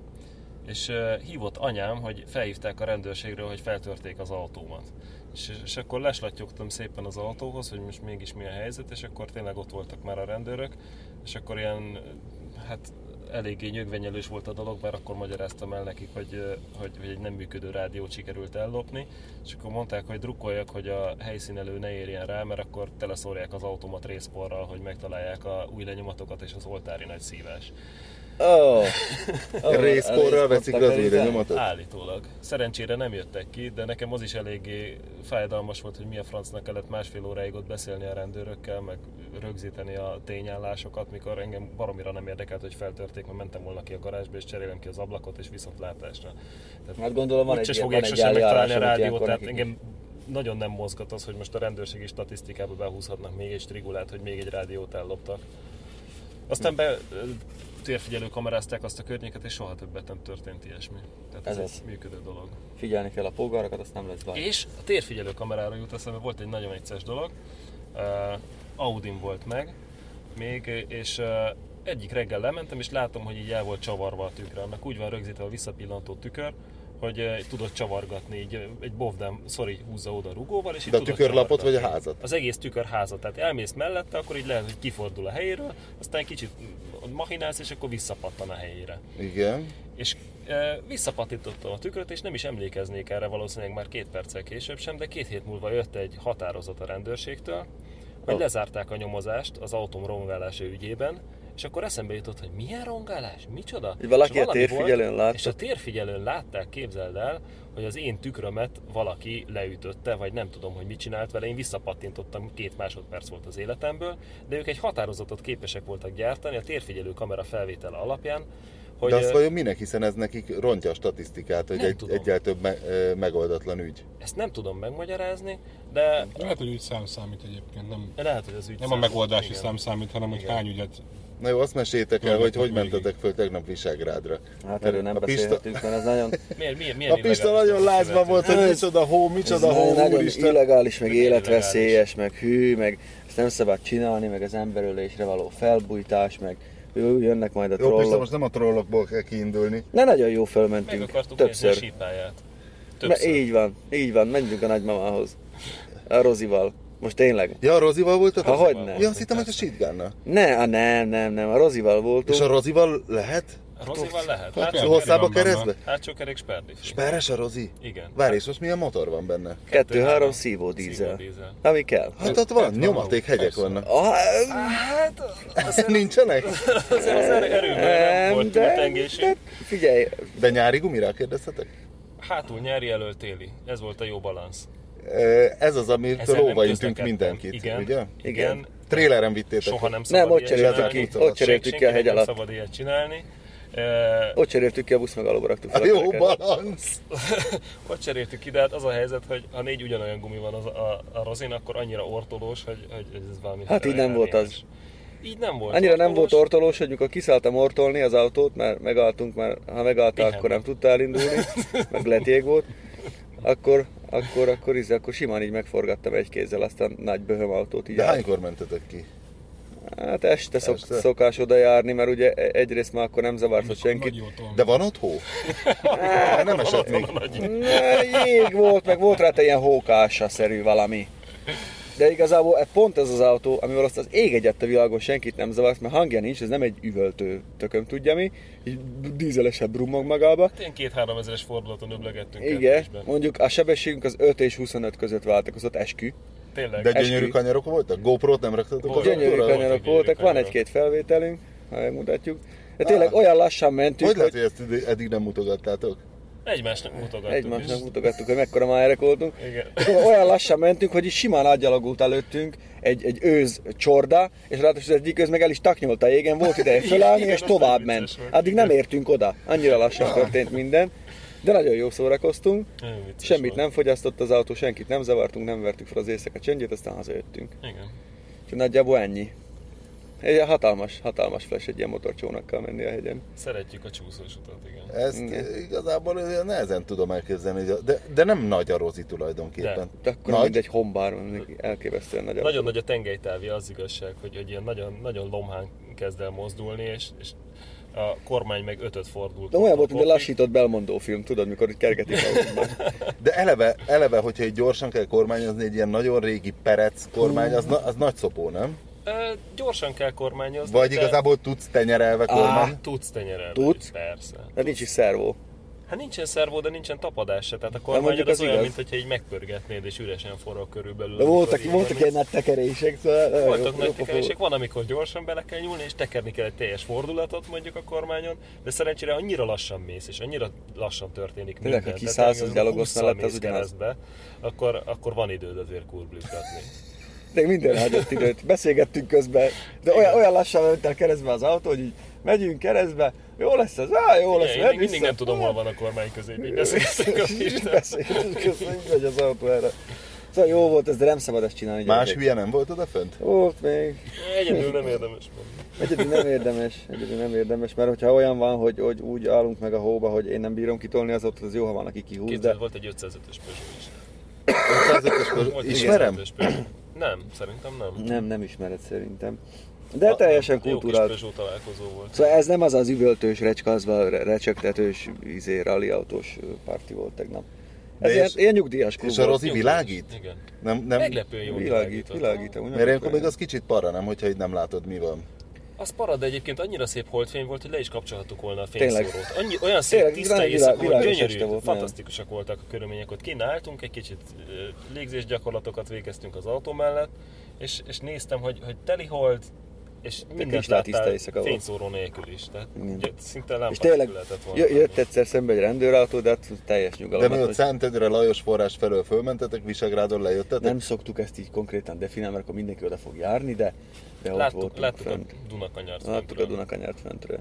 Speaker 7: és ö, hívott anyám, hogy felhívták a rendőrségről, hogy feltörték az autómat. És, és akkor leslatyogtam szépen az autóhoz, hogy most mégis mi a helyzet, és akkor tényleg ott voltak már a rendőrök, és akkor ilyen, hát eléggé nyögvenyelős volt a dolog, mert akkor magyaráztam el nekik, hogy, ö, hogy, hogy egy nem működő rádiót sikerült ellopni, és akkor mondták, hogy drukkoljak, hogy a helyszínelő ne érjen rá, mert akkor teleszórják az automat részporral, hogy megtalálják a új lenyomatokat és az oltári nagy szívás.
Speaker 4: Oh.
Speaker 2: Részporral veszik le az újra nyomatot.
Speaker 7: Állítólag. Szerencsére nem jöttek ki, de nekem az is eléggé fájdalmas volt, hogy mi a francnak kellett másfél óráig ott beszélni a rendőrökkel, meg rögzíteni a tényállásokat, mikor engem baromira nem érdekelt, hogy feltörték, mert mentem volna ki a garázsba, és cserélem ki az ablakot, és viszontlátásra. Tehát
Speaker 4: Hát gondolom van
Speaker 7: úgyse
Speaker 4: egy,
Speaker 7: fogják
Speaker 4: van egy
Speaker 7: sosem megtalálni a
Speaker 4: eljárás, amit
Speaker 7: rádiót,
Speaker 4: ilyenkor
Speaker 7: tehát
Speaker 4: nekik is-
Speaker 7: engem nagyon nem mozgat az, hogy most a rendőrségi statisztikába behúzhatnak még egy strigulát, hogy még egy rádiót elloptak. Aztán be ö, térfigyelő kamerázták azt a környéket, és soha többet nem történt ilyesmi. Tehát ez,
Speaker 4: Ez
Speaker 7: ez
Speaker 4: az.
Speaker 7: egy működő dolog.
Speaker 4: Figyelni kell a polgárokat, azt nem lesz baj.
Speaker 7: És a térfigyelő kamerára jut eszembe, volt egy nagyon egyszerű dolog. Uh, Audin volt meg, még, és uh, egyik reggel lementem, és látom, hogy így el volt csavarva a tükre. Annak úgy van rögzítve a visszapillantó tükör, hogy uh, tudod csavargatni, így ö, egy bovdám, sorry, húzza oda rugóval, és így
Speaker 2: De a
Speaker 7: tudod
Speaker 2: tükörlapot
Speaker 7: csavargatni.
Speaker 2: vagy a házat?
Speaker 7: Az egész tükörházat, tehát elmész mellette, akkor így lehet, hogy kifordul a helyéről, aztán egy kicsit mm, mahinálsz, és akkor visszapattan a helyére
Speaker 2: Igen.
Speaker 7: és e, visszapatintottam a tükröt, és nem is emlékeznék erre valószínűleg már két perccel később sem, de két hét múlva jött egy határozat a rendőrségtől, hogy lezárták a nyomozást az autóm rongálása ügyében, és akkor eszembe jutott, hogy milyen rongálás, micsoda?
Speaker 4: Így valaki
Speaker 7: És
Speaker 4: a
Speaker 7: valami
Speaker 4: térfigyelőn
Speaker 7: volt,
Speaker 4: látta.
Speaker 7: És a térfigyelőn látták, képzeld el, hogy az én tükrömet valaki leütötte, vagy nem tudom, hogy mit csinált vele, én visszapattintottam, két másodperc volt az életemből, de ők egy határozatot képesek voltak gyártani a térfigyelő kamera felvétele alapján, hogy
Speaker 2: De azt
Speaker 7: ö,
Speaker 2: vajon minek, hiszen ez nekik rontja a statisztikát, hogy
Speaker 7: Nem
Speaker 2: egy,
Speaker 7: tudom.
Speaker 2: egyel több me- ö, megoldatlan ügy.
Speaker 7: Ezt nem tudom megmagyarázni, de
Speaker 3: Lehet, hogy úgy szám számít egyébként, nem,
Speaker 7: lehet, hogy az ügy
Speaker 3: nem a megoldási
Speaker 7: igen.
Speaker 3: szám számít, hanem hogy hány ügyet
Speaker 2: Na jó, azt meséljétek el,
Speaker 3: Tudod,
Speaker 2: hogy
Speaker 3: hogy
Speaker 2: hogy
Speaker 3: végig.
Speaker 2: mentetek föl tegnap Visegrádra.
Speaker 4: Hát
Speaker 2: Mert
Speaker 4: erről nem
Speaker 2: a Pista,
Speaker 4: beszélhetünk, mert ez nagyon,
Speaker 7: Miért, miért, miért
Speaker 2: a Pista nagyon lázban volt, hogy micsoda hó,
Speaker 4: ez
Speaker 2: micsoda hó,
Speaker 4: nagyon
Speaker 2: úristen.
Speaker 4: illegális, meg
Speaker 7: Ez illegális.
Speaker 4: életveszélyes, meg hű, meg ezt nem szabad csinálni, meg az emberölésre való felbújtás, meg jó, jönnek majd a
Speaker 2: Jó, Pista,
Speaker 4: trollok.
Speaker 2: most nem a trollokból kell kiindulni.
Speaker 4: Ne nagyon jó
Speaker 7: Meg
Speaker 4: fölmentünk,
Speaker 7: akartuk nézni a
Speaker 4: többször.
Speaker 7: sípáját.
Speaker 3: többször.
Speaker 6: Na, így van, így van, menjünk a nagymamához. A Rozival. Most tényleg.
Speaker 2: Ja, a Rozival voltatok?
Speaker 6: Ha, hogyne.
Speaker 2: Ja, azt hittem, hogy a Sitgánnal.
Speaker 6: Ne, á, nem, nem, nem, a Rozival voltunk.
Speaker 2: És a Rozival lehet?
Speaker 7: Rozival lehet.
Speaker 2: Hát,
Speaker 7: Hátsó,
Speaker 2: hosszába keresztbe?
Speaker 7: hátsó kerék sperdés.
Speaker 2: Sperres a Rozi?
Speaker 7: Igen.
Speaker 2: Várj, és most milyen motor van benne?
Speaker 6: Kettő-három szívó dízel.
Speaker 7: dízel.
Speaker 6: Ami kell.
Speaker 2: Hát ott van, nyomaték hegyek vannak.
Speaker 6: Ah,
Speaker 2: Nincsenek?
Speaker 7: Az, az erő- erőben nem
Speaker 6: em,
Speaker 7: volt de... tengésünk.
Speaker 6: figyelj,
Speaker 2: De nyári gumira kérdeztetek?
Speaker 7: Hátul nyári elől téli. Ez volt a jó balansz.
Speaker 2: Ö, Ez az,
Speaker 7: Ezzel
Speaker 2: amitől
Speaker 7: nem
Speaker 2: óva intünk
Speaker 7: közlekedtem.
Speaker 2: mindenkit,
Speaker 7: Igen,
Speaker 2: ugye?
Speaker 7: igen.
Speaker 2: Tréleren vittétek.
Speaker 7: Soha nem szabad
Speaker 6: nem, ott
Speaker 7: ilyet
Speaker 6: cseréltük
Speaker 7: csinálni.
Speaker 6: ki, ott cseréltük ki a
Speaker 7: Senkinek
Speaker 6: hegy
Speaker 7: Nem
Speaker 6: alatt.
Speaker 7: szabad ilyet csinálni. E,
Speaker 6: Ott cseréltük ki a busz, meg alulba raktuk fel
Speaker 2: A jó
Speaker 6: kereket.
Speaker 2: balansz!
Speaker 7: ott cseréltük ki, de hát az a helyzet, hogy ha négy ugyanolyan gumi van az, a, a rozin, akkor annyira ortolós, hogy, hogy ez valami...
Speaker 6: Hát így nem volt az.
Speaker 7: Így nem volt
Speaker 6: Annyira nem volt
Speaker 7: ortolós.
Speaker 6: ortolós, hogy mikor kiszálltam ortolni az autót, mert megálltunk, mert ha megálltál,
Speaker 7: Pihenni.
Speaker 6: akkor nem tudtál elindulni, meg leték volt, akkor, akkor, akkor, íze, akkor simán így megforgattam egy kézzel, aztán nagy böhöm autót így
Speaker 2: De
Speaker 6: át.
Speaker 2: hánykor mentetek ki?
Speaker 6: Hát este, szok,
Speaker 2: Este?
Speaker 6: szokás oda járni, mert ugye e- egyrészt már akkor nem zavartott senkit.
Speaker 2: De van ott hó? Hát nem esett még.
Speaker 6: Na, jég volt, meg volt rá te ilyen hókása-szerű valami. De igazából e- pont ez az autó, amivel azt az ég egyet a világon senkit nem zavart, mert hangja nincs, ez nem egy üvöltő tököm tudja mi, így dízelesebb brummog magába.
Speaker 7: Ilyen két-három ezeres fordulaton öblegettünk.
Speaker 6: Igen,
Speaker 7: kettősben.
Speaker 6: mondjuk a sebességünk az 5 és 25 között változott, eskü.
Speaker 7: Tényleg.
Speaker 2: De
Speaker 7: De...
Speaker 2: gyönyörű kanyarok voltak? GoPro-t nem raktatok? a
Speaker 7: Volt.
Speaker 6: Gyönyörű
Speaker 2: autóra?
Speaker 7: kanyar.
Speaker 6: kanyarok
Speaker 7: gyönyörű
Speaker 6: voltak, van
Speaker 7: kanyarok.
Speaker 6: egy-két felvételünk, ha megmutatjuk. De tényleg olyan lassan mentünk,
Speaker 2: Hogy lehet, hogy ezt ide- eddig nem mutogattátok?
Speaker 7: Egymásnak mutogattunk.
Speaker 6: egymásnak
Speaker 7: és-
Speaker 6: mutogattuk, hogy mekkora májerek voltunk.
Speaker 7: Igen.
Speaker 6: És akkor olyan lassan mentünk, hogy így simán átgyalogult előttünk egy, egy őz csorda, és ráadásul az egyik őz meg el is taknyolt a jégen, volt ideje fölállni,
Speaker 7: Igen,
Speaker 6: és
Speaker 7: az nem
Speaker 6: tovább
Speaker 7: vicces
Speaker 6: ment.
Speaker 7: volt, Ah.
Speaker 6: Addig nem értünk oda, annyira lassan történt minden. De nagyon jó szórakoztunk,
Speaker 7: Nagyon vicces
Speaker 6: semmit
Speaker 7: volt.
Speaker 6: nem fogyasztott az autó, senkit nem zavartunk, nem vertük fel az éjszaka csendjét, aztán hazajöttünk.
Speaker 7: Igen.
Speaker 6: Úgyhogy nagyjából ennyi. Egy hatalmas, hatalmas flash egy ilyen motorcsónakkal menni a hegyen.
Speaker 7: Szeretjük a csúszós utat, igen.
Speaker 2: Ezt
Speaker 6: Igen.
Speaker 2: igazából nehezen tudom elképzelni, hogy a- de, de nem nagy a rozi tulajdonképpen.
Speaker 6: De akkor
Speaker 2: Nagy.
Speaker 6: Nagy. mindegy hombár, mindig elképesztően nagy. autó.
Speaker 7: Nagyon nagy a tengelytávja, az igazság, hogy, hogy ilyen nagyon, nagyon lomhán kezd el mozdulni, és, és a kormány meg ötöt fordul.
Speaker 6: De olyan volt, mint a lassított Belmondó film, tudod, mikor itt kergetik autóban.
Speaker 2: De eleve, eleve, hogyha egy gyorsan kell kormányozni, egy ilyen nagyon régi perec kormány, az, na, az nagy szopó, nem?
Speaker 7: Ö, gyorsan kell kormányozni.
Speaker 2: Vagy
Speaker 7: de
Speaker 2: igazából tudsz tenyerelve kormány.
Speaker 7: Tudsz tenyerelni.
Speaker 6: Tudsz?
Speaker 7: Persze.
Speaker 6: De nincs is szervó.
Speaker 7: Hát nincsen szervó, de nincsen tapadás se, tehát a kormányod
Speaker 6: mondjuk
Speaker 7: az
Speaker 6: az
Speaker 7: olyan,
Speaker 6: igaz.
Speaker 7: mint hogyha így megpörgetnéd és üresen forró körülbelül.
Speaker 6: De voltak,
Speaker 7: amikor így
Speaker 6: voltak
Speaker 7: van.
Speaker 6: ilyen nagy tekerések, szóval... nagyon jó-
Speaker 7: Voltak
Speaker 6: jó
Speaker 7: nagy
Speaker 6: pofa
Speaker 7: tekerések, van, amikor gyorsan bele kell nyúlni, és tekerni kell egy teljes fordulatot mondjuk a kormányon, de szerencsére annyira lassan mész, és annyira lassan történik minden.
Speaker 6: Tényleg, ha
Speaker 7: Tehát,
Speaker 6: kiszállsz,
Speaker 7: amikor
Speaker 6: az gyalogos
Speaker 7: 20-szal
Speaker 6: mellett, az
Speaker 7: mész
Speaker 6: ugyanaz.
Speaker 7: keresztbe, Akkor, akkor van időd azért kurblizgatni.
Speaker 6: volt. De minden hagyott időt, beszélgettünk közben, de olyan, olyan lassan ment el keresztbe az autó, hogy így megyünk keresztbe, jó lesz ez, á, jó lesz,
Speaker 7: Én
Speaker 6: megy
Speaker 7: még mindig
Speaker 6: vissza.
Speaker 7: nem tudom, hol van a kormány közé, így beszélgetünk a
Speaker 6: És így
Speaker 7: Pistával.
Speaker 6: beszélgetünk közben, így megy az autó erre. Szóval jó volt ez, de nem szabad ezt csinálni.
Speaker 2: Más
Speaker 6: gyerekek.
Speaker 2: hülye nem volt odafönt?
Speaker 6: Volt még.
Speaker 7: Egyedül nem érdemes mondani.
Speaker 6: Egyedül nem érdemes, egyedül nem érdemes, mert hogyha olyan van, hogy, hogy úgy állunk meg a hóba, hogy én nem bírom kitolni az autót, az jó, ha van, aki kihúz, de
Speaker 7: Képzeld, volt egy 505-ös Peugeot is. Volt
Speaker 2: 505-ös
Speaker 7: egy
Speaker 2: Ismerem?
Speaker 7: 505-ös Peugeot. Nem, szerintem nem.
Speaker 6: nem, nem ismered szerintem. De teljesen
Speaker 7: Jó
Speaker 6: kultúrált.
Speaker 7: kis Peugeot találkozó volt.
Speaker 6: Szóval ez nem az az üvöltős, recskazva, re- recsögtetős, izé, rally autós párti volt tegnap.
Speaker 2: De
Speaker 6: Ez ilyen,
Speaker 2: és-
Speaker 6: ilyen nyugdíjas klub
Speaker 2: És a
Speaker 6: volt.
Speaker 2: Rozi világít?
Speaker 7: Igen.
Speaker 2: Nem, nem.
Speaker 7: Meglepően jól
Speaker 6: Világít,
Speaker 7: világított.
Speaker 6: világít. amúgy nem
Speaker 2: Mert ilyenkor
Speaker 6: akarja.
Speaker 2: még az kicsit para, nem, hogyha így nem látod, mi van.
Speaker 7: Az para, de egyébként annyira szép holdfény volt, hogy le is kapcsolhattuk volna a
Speaker 6: Tényleg.
Speaker 7: fényszórót. Annyi, olyan szép,
Speaker 6: Tényleg,
Speaker 7: tiszta
Speaker 6: világ-
Speaker 7: éjszaka
Speaker 6: világ-
Speaker 7: volt,
Speaker 6: világos
Speaker 7: gyönyörű,
Speaker 6: este volt, nem?
Speaker 7: fantasztikusak voltak a körülmények. Ott kínáltunk, egy kicsit ö, légzésgyakorlatokat végeztünk az autó mellett, és, és néztem, hogy, hogy teli hold, és mindent
Speaker 6: kristály tiszta
Speaker 7: láttál
Speaker 6: éjszaka volt.
Speaker 7: fényszóró nélkül is. Tehát
Speaker 6: Igen.
Speaker 7: ugye szinte lámpát
Speaker 6: És tényleg
Speaker 7: lehetett volna.
Speaker 6: jö- jött
Speaker 7: venni.
Speaker 6: egyszer szembe egy rendőrautó, de hát teljes
Speaker 2: De
Speaker 6: nyugalom.
Speaker 2: mi
Speaker 6: Hát,
Speaker 2: ott
Speaker 6: hogy
Speaker 2: Szentendre Lajos forrás felől fölmentetek, Visegrádon lejöttetek?
Speaker 6: nem szoktuk ezt így konkrétan definiálni, mert akkor mindenki oda fog járni, de, de ott
Speaker 7: Láttuk,
Speaker 6: voltunk
Speaker 7: láttuk a
Speaker 6: fönt.
Speaker 7: Dunakanyart.
Speaker 6: Láttuk a
Speaker 7: fentről.
Speaker 6: Dunakanyart fentről.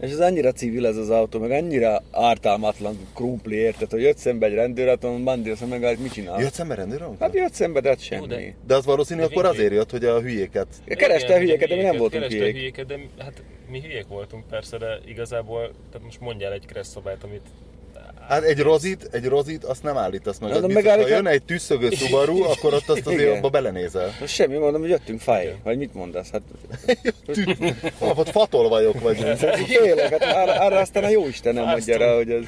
Speaker 6: És ez annyira civil ez az autó, meg annyira ártalmatlan krumpli, érted, hogy jött szembe egy rendőraton, bandír, azt meg mit csinál?
Speaker 2: Jött szembe rendőr
Speaker 6: Hát jött szembe, de hát
Speaker 7: Jó, de-
Speaker 6: semmi.
Speaker 2: De az valószínű,
Speaker 7: De
Speaker 2: akkor
Speaker 7: végig.
Speaker 2: azért jött, hogy a hülyéket
Speaker 6: Ja, Kereste a
Speaker 7: Igen,
Speaker 6: hülyeket, de mi nem
Speaker 7: hülyéket,
Speaker 6: voltunk
Speaker 7: kereste a
Speaker 6: hülyék.
Speaker 7: hülyéket, de mi- hát mi hülyék voltunk persze, de igazából, tehát most mondjál egy kereszt szabályt, amit
Speaker 2: Hát egy rozit, egy rozit, azt nem állítasz meg.
Speaker 6: Na,
Speaker 2: Az
Speaker 6: de
Speaker 2: biztos, ha
Speaker 6: megállít-
Speaker 2: jön egy tüsszögő Subaru, akkor ott azt azért
Speaker 6: Igen.
Speaker 2: abba belenézel.
Speaker 6: Most semmi, mondom, hogy jöttünk fáj, vagy mit mondasz? Hát
Speaker 2: Hol, ott fatolvajok vagyunk.
Speaker 6: tényleg, hát arra, arra aztán a jóisten nem mondja rá, hogy ez...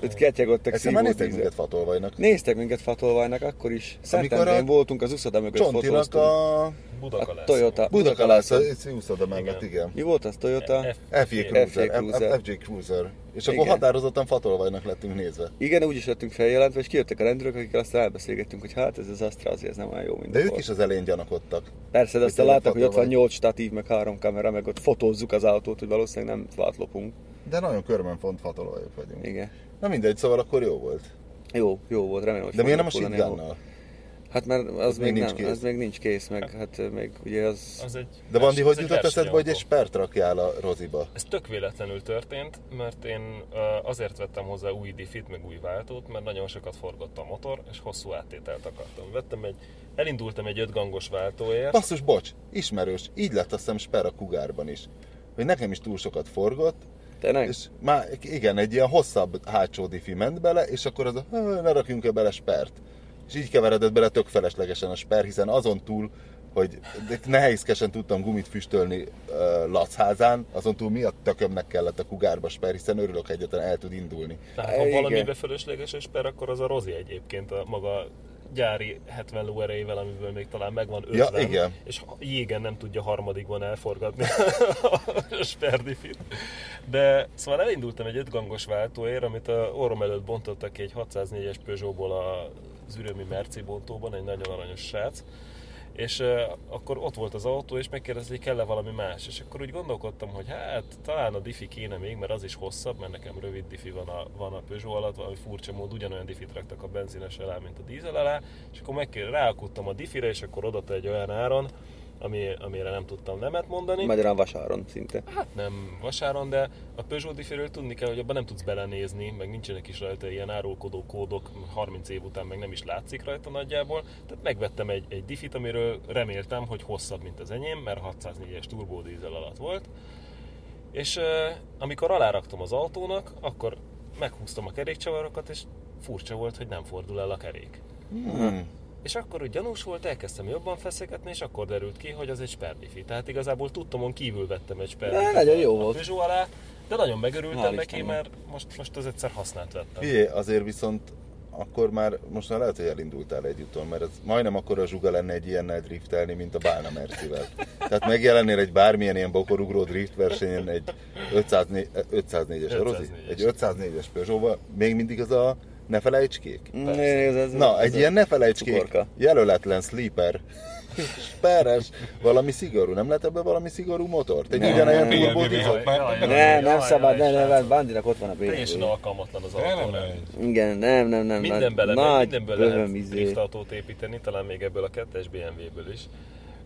Speaker 4: Öt ketyegottak
Speaker 2: Egyszer már
Speaker 4: szívó
Speaker 2: néztek
Speaker 4: tízzel.
Speaker 2: minket fatolvajnak.
Speaker 4: Néztek minket Fatolvajnak akkor is. Szentendrén
Speaker 2: a-
Speaker 4: voltunk az uszoda mögött
Speaker 2: Csontinak
Speaker 4: fotóztunk.
Speaker 2: a
Speaker 4: A Toyota.
Speaker 2: Budakalász, a úszoda mellett, igen.
Speaker 4: Mi volt az Toyota?
Speaker 2: FJ Cruiser,
Speaker 4: Cruiser.
Speaker 2: FJ Cruiser. És akkor
Speaker 4: Igen.
Speaker 2: határozottan fatolvajnak lettünk nézve.
Speaker 4: Igen, úgy is lettünk feljelentve, és kijöttek a rendőrök, akikkel aztán elbeszélgettünk, hogy hát ez az Astra azért ez nem olyan jó, mint
Speaker 2: De ők
Speaker 4: volt.
Speaker 2: is az elején gyanakodtak.
Speaker 4: Persze, de aztán
Speaker 2: Mit
Speaker 4: láttak, hogy ott van
Speaker 2: fotóval?
Speaker 4: 8 statív, meg 3 kamera, meg ott fotózzuk az autót, hogy valószínűleg nem átlopunk.
Speaker 2: De nagyon körben font fatolvajok vagyunk.
Speaker 4: Igen.
Speaker 2: Na mindegy, szóval akkor jó volt.
Speaker 4: Jó, jó volt, remélem, hogy
Speaker 2: De miért nem a
Speaker 4: fognak hullani
Speaker 2: shotgunnal?
Speaker 4: Hát mert az, még,
Speaker 2: még
Speaker 4: nem,
Speaker 2: nincs kész.
Speaker 4: az még nincs kész, meg hát eh, még ugye az...
Speaker 7: Az egy
Speaker 2: De Bandi,
Speaker 7: vers-
Speaker 2: hogy
Speaker 7: ez egy
Speaker 2: jutott eszedbe, hogy
Speaker 7: versenyautó.
Speaker 2: egy spert rakjál a roziba?
Speaker 7: Ez tök véletlenül történt, mert én ö, azért vettem hozzá új diffit, meg új váltót, mert nagyon sokat forgott a motor, és hosszú áttételt akartam. Vettem egy, elindultam egy ötgangos váltóért,
Speaker 2: Basszus, bocs, ismerős. Így lett azt hiszem sper a kugárban is. Hogy nekem is túl sokat forgott,
Speaker 4: Tényleg?
Speaker 2: és már igen, egy ilyen hosszabb hátsó diffi ment bele, és akkor az a, "Hö, ne rakjunk -e bele spert. És így keveredett bele tök feleslegesen a sper, hiszen azon túl, hogy de nehézkesen tudtam gumit füstölni uh, Lachházán, azon túl miatt tökömnek kellett a kugárba sper, hiszen örülök, ha egyetlen el tud indulni.
Speaker 7: tehát ha
Speaker 4: Igen.
Speaker 7: valamibe fölösleges és per, akkor az a Rozi egyébként a maga gyári 70 lóerejével, amiből még talán megvan 50,
Speaker 2: Ja, igen.
Speaker 7: és ha- jégen nem tudja harmadikban elforgatni a sperdifit. De szóval elindultam egy ötgangos váltóért, amit a orrom előtt bontottak ki egy 604-es Peugeotból az ürömi Merci bontóban, egy nagyon aranyos srác, és eh, akkor ott volt az autó, és megkérdezték, kell-e valami más. És akkor úgy gondolkodtam, hogy hát talán a diffi kéne még, mert az is hosszabb, mert nekem rövid diffi van a, van a Peugeot alatt, valami furcsa mód, ugyanolyan diffit raktak a benzines alá, mint a dízel alá, és akkor megkér, ráakudtam a diffire, és akkor odata egy olyan áron, ami, amire nem tudtam nemet mondani.
Speaker 4: Magyarán vasáron szinte.
Speaker 7: Hát nem vasáron, de a Peugeot différől tudni kell, hogy abban nem tudsz belenézni, meg nincsenek is rajta ilyen árulkodó kódok, 30 év után meg nem is látszik rajta nagyjából. Tehát megvettem egy, egy diffit, amiről reméltem, hogy hosszabb, mint az enyém, mert 604-es turbódízel alatt volt. És eh, amikor aláraktam az autónak, akkor meghúztam a kerékcsavarokat, és furcsa volt, hogy nem fordul el a kerék.
Speaker 4: Hmm.
Speaker 7: És akkor úgy gyanús volt, elkezdtem jobban feszegetni, és akkor derült ki, hogy az egy sperdifi. Tehát igazából tudtomon kívül vettem egy sperdifit.
Speaker 4: De nagyon jó
Speaker 7: a
Speaker 4: volt.
Speaker 7: Peugeot alá, de nagyon megörültem
Speaker 4: Hál'
Speaker 7: neki,
Speaker 4: Istennek.
Speaker 7: mert most, most az egyszer használt vettem.
Speaker 2: Figyelj, azért viszont akkor már most már lehet, hogy elindultál egy úton, mert ez majdnem akkora zsuga lenne egy ilyennel driftelni, mint a Bálna Mercivel. Tehát megjelennél egy bármilyen ilyen bokorugró driftversenyen egy 504, 504-es, Rozi?
Speaker 7: 504-es.
Speaker 2: Egy 504-es Peugeot-val, még mindig az a ne felejts kék.
Speaker 4: Né, Mm, ez, ez,
Speaker 2: Na,
Speaker 4: ez
Speaker 2: egy
Speaker 4: a
Speaker 2: ilyen ne felejts kék,
Speaker 4: cukorka.
Speaker 2: jelöletlen sleeper, sperres, valami szigorú, nem lehet ebbe valami szigorú motort? Egy ugyanilyen
Speaker 3: Igen,
Speaker 2: turbó
Speaker 3: igen,
Speaker 2: diesel?
Speaker 3: igen. hát Már-
Speaker 4: Ne, nem szabad, Hát ne, ne, ne, Bandinak ott van a
Speaker 7: Teljesen
Speaker 4: BMW.
Speaker 7: alkalmatlan az
Speaker 3: De nem
Speaker 7: autó. nem?
Speaker 3: megy.
Speaker 4: Igen, nem, nem, nem.
Speaker 7: Minden bele, megy,
Speaker 4: nagy
Speaker 7: mindenből
Speaker 4: bőröm
Speaker 7: lehet
Speaker 4: izé.
Speaker 7: driftautót építeni, talán még ebből a kettes BMW-ből is.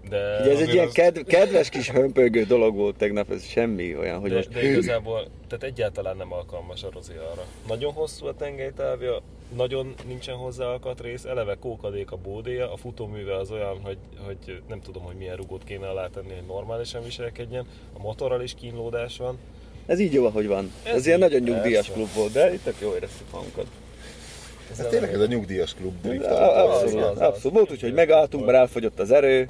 Speaker 7: De,
Speaker 4: Ugye ez egy
Speaker 3: Azért
Speaker 4: ilyen
Speaker 3: az-
Speaker 4: ked- kedves kis hömpögő dolog volt tegnap, ez semmi olyan, hogy
Speaker 7: de,
Speaker 4: most
Speaker 7: de igazából tehát egyáltalán nem alkalmas a Rozi arra. Nagyon hosszú a tengelytávja, nagyon nincsen hozzá alkatrész, eleve kókadék a bódéja, a futóműve az olyan, hogy, hogy nem tudom, hogy milyen rugót kéne alátenni, hogy normálisan viselkedjen, a motorral is kínlódás van.
Speaker 4: Ez így jó, ahogy van. Ez,
Speaker 7: Ez
Speaker 4: ilyen
Speaker 7: így,
Speaker 4: nagyon nyugdíjas
Speaker 7: persze.
Speaker 4: klub volt, de itt tök jó éreztük magunkat.
Speaker 2: Ez tényleg ez a nyugdíjas klub drift.
Speaker 4: Abszolút,
Speaker 7: az, az.
Speaker 4: abszolút. Volt úgy, hogy megálltunk, mert elfogyott az erő,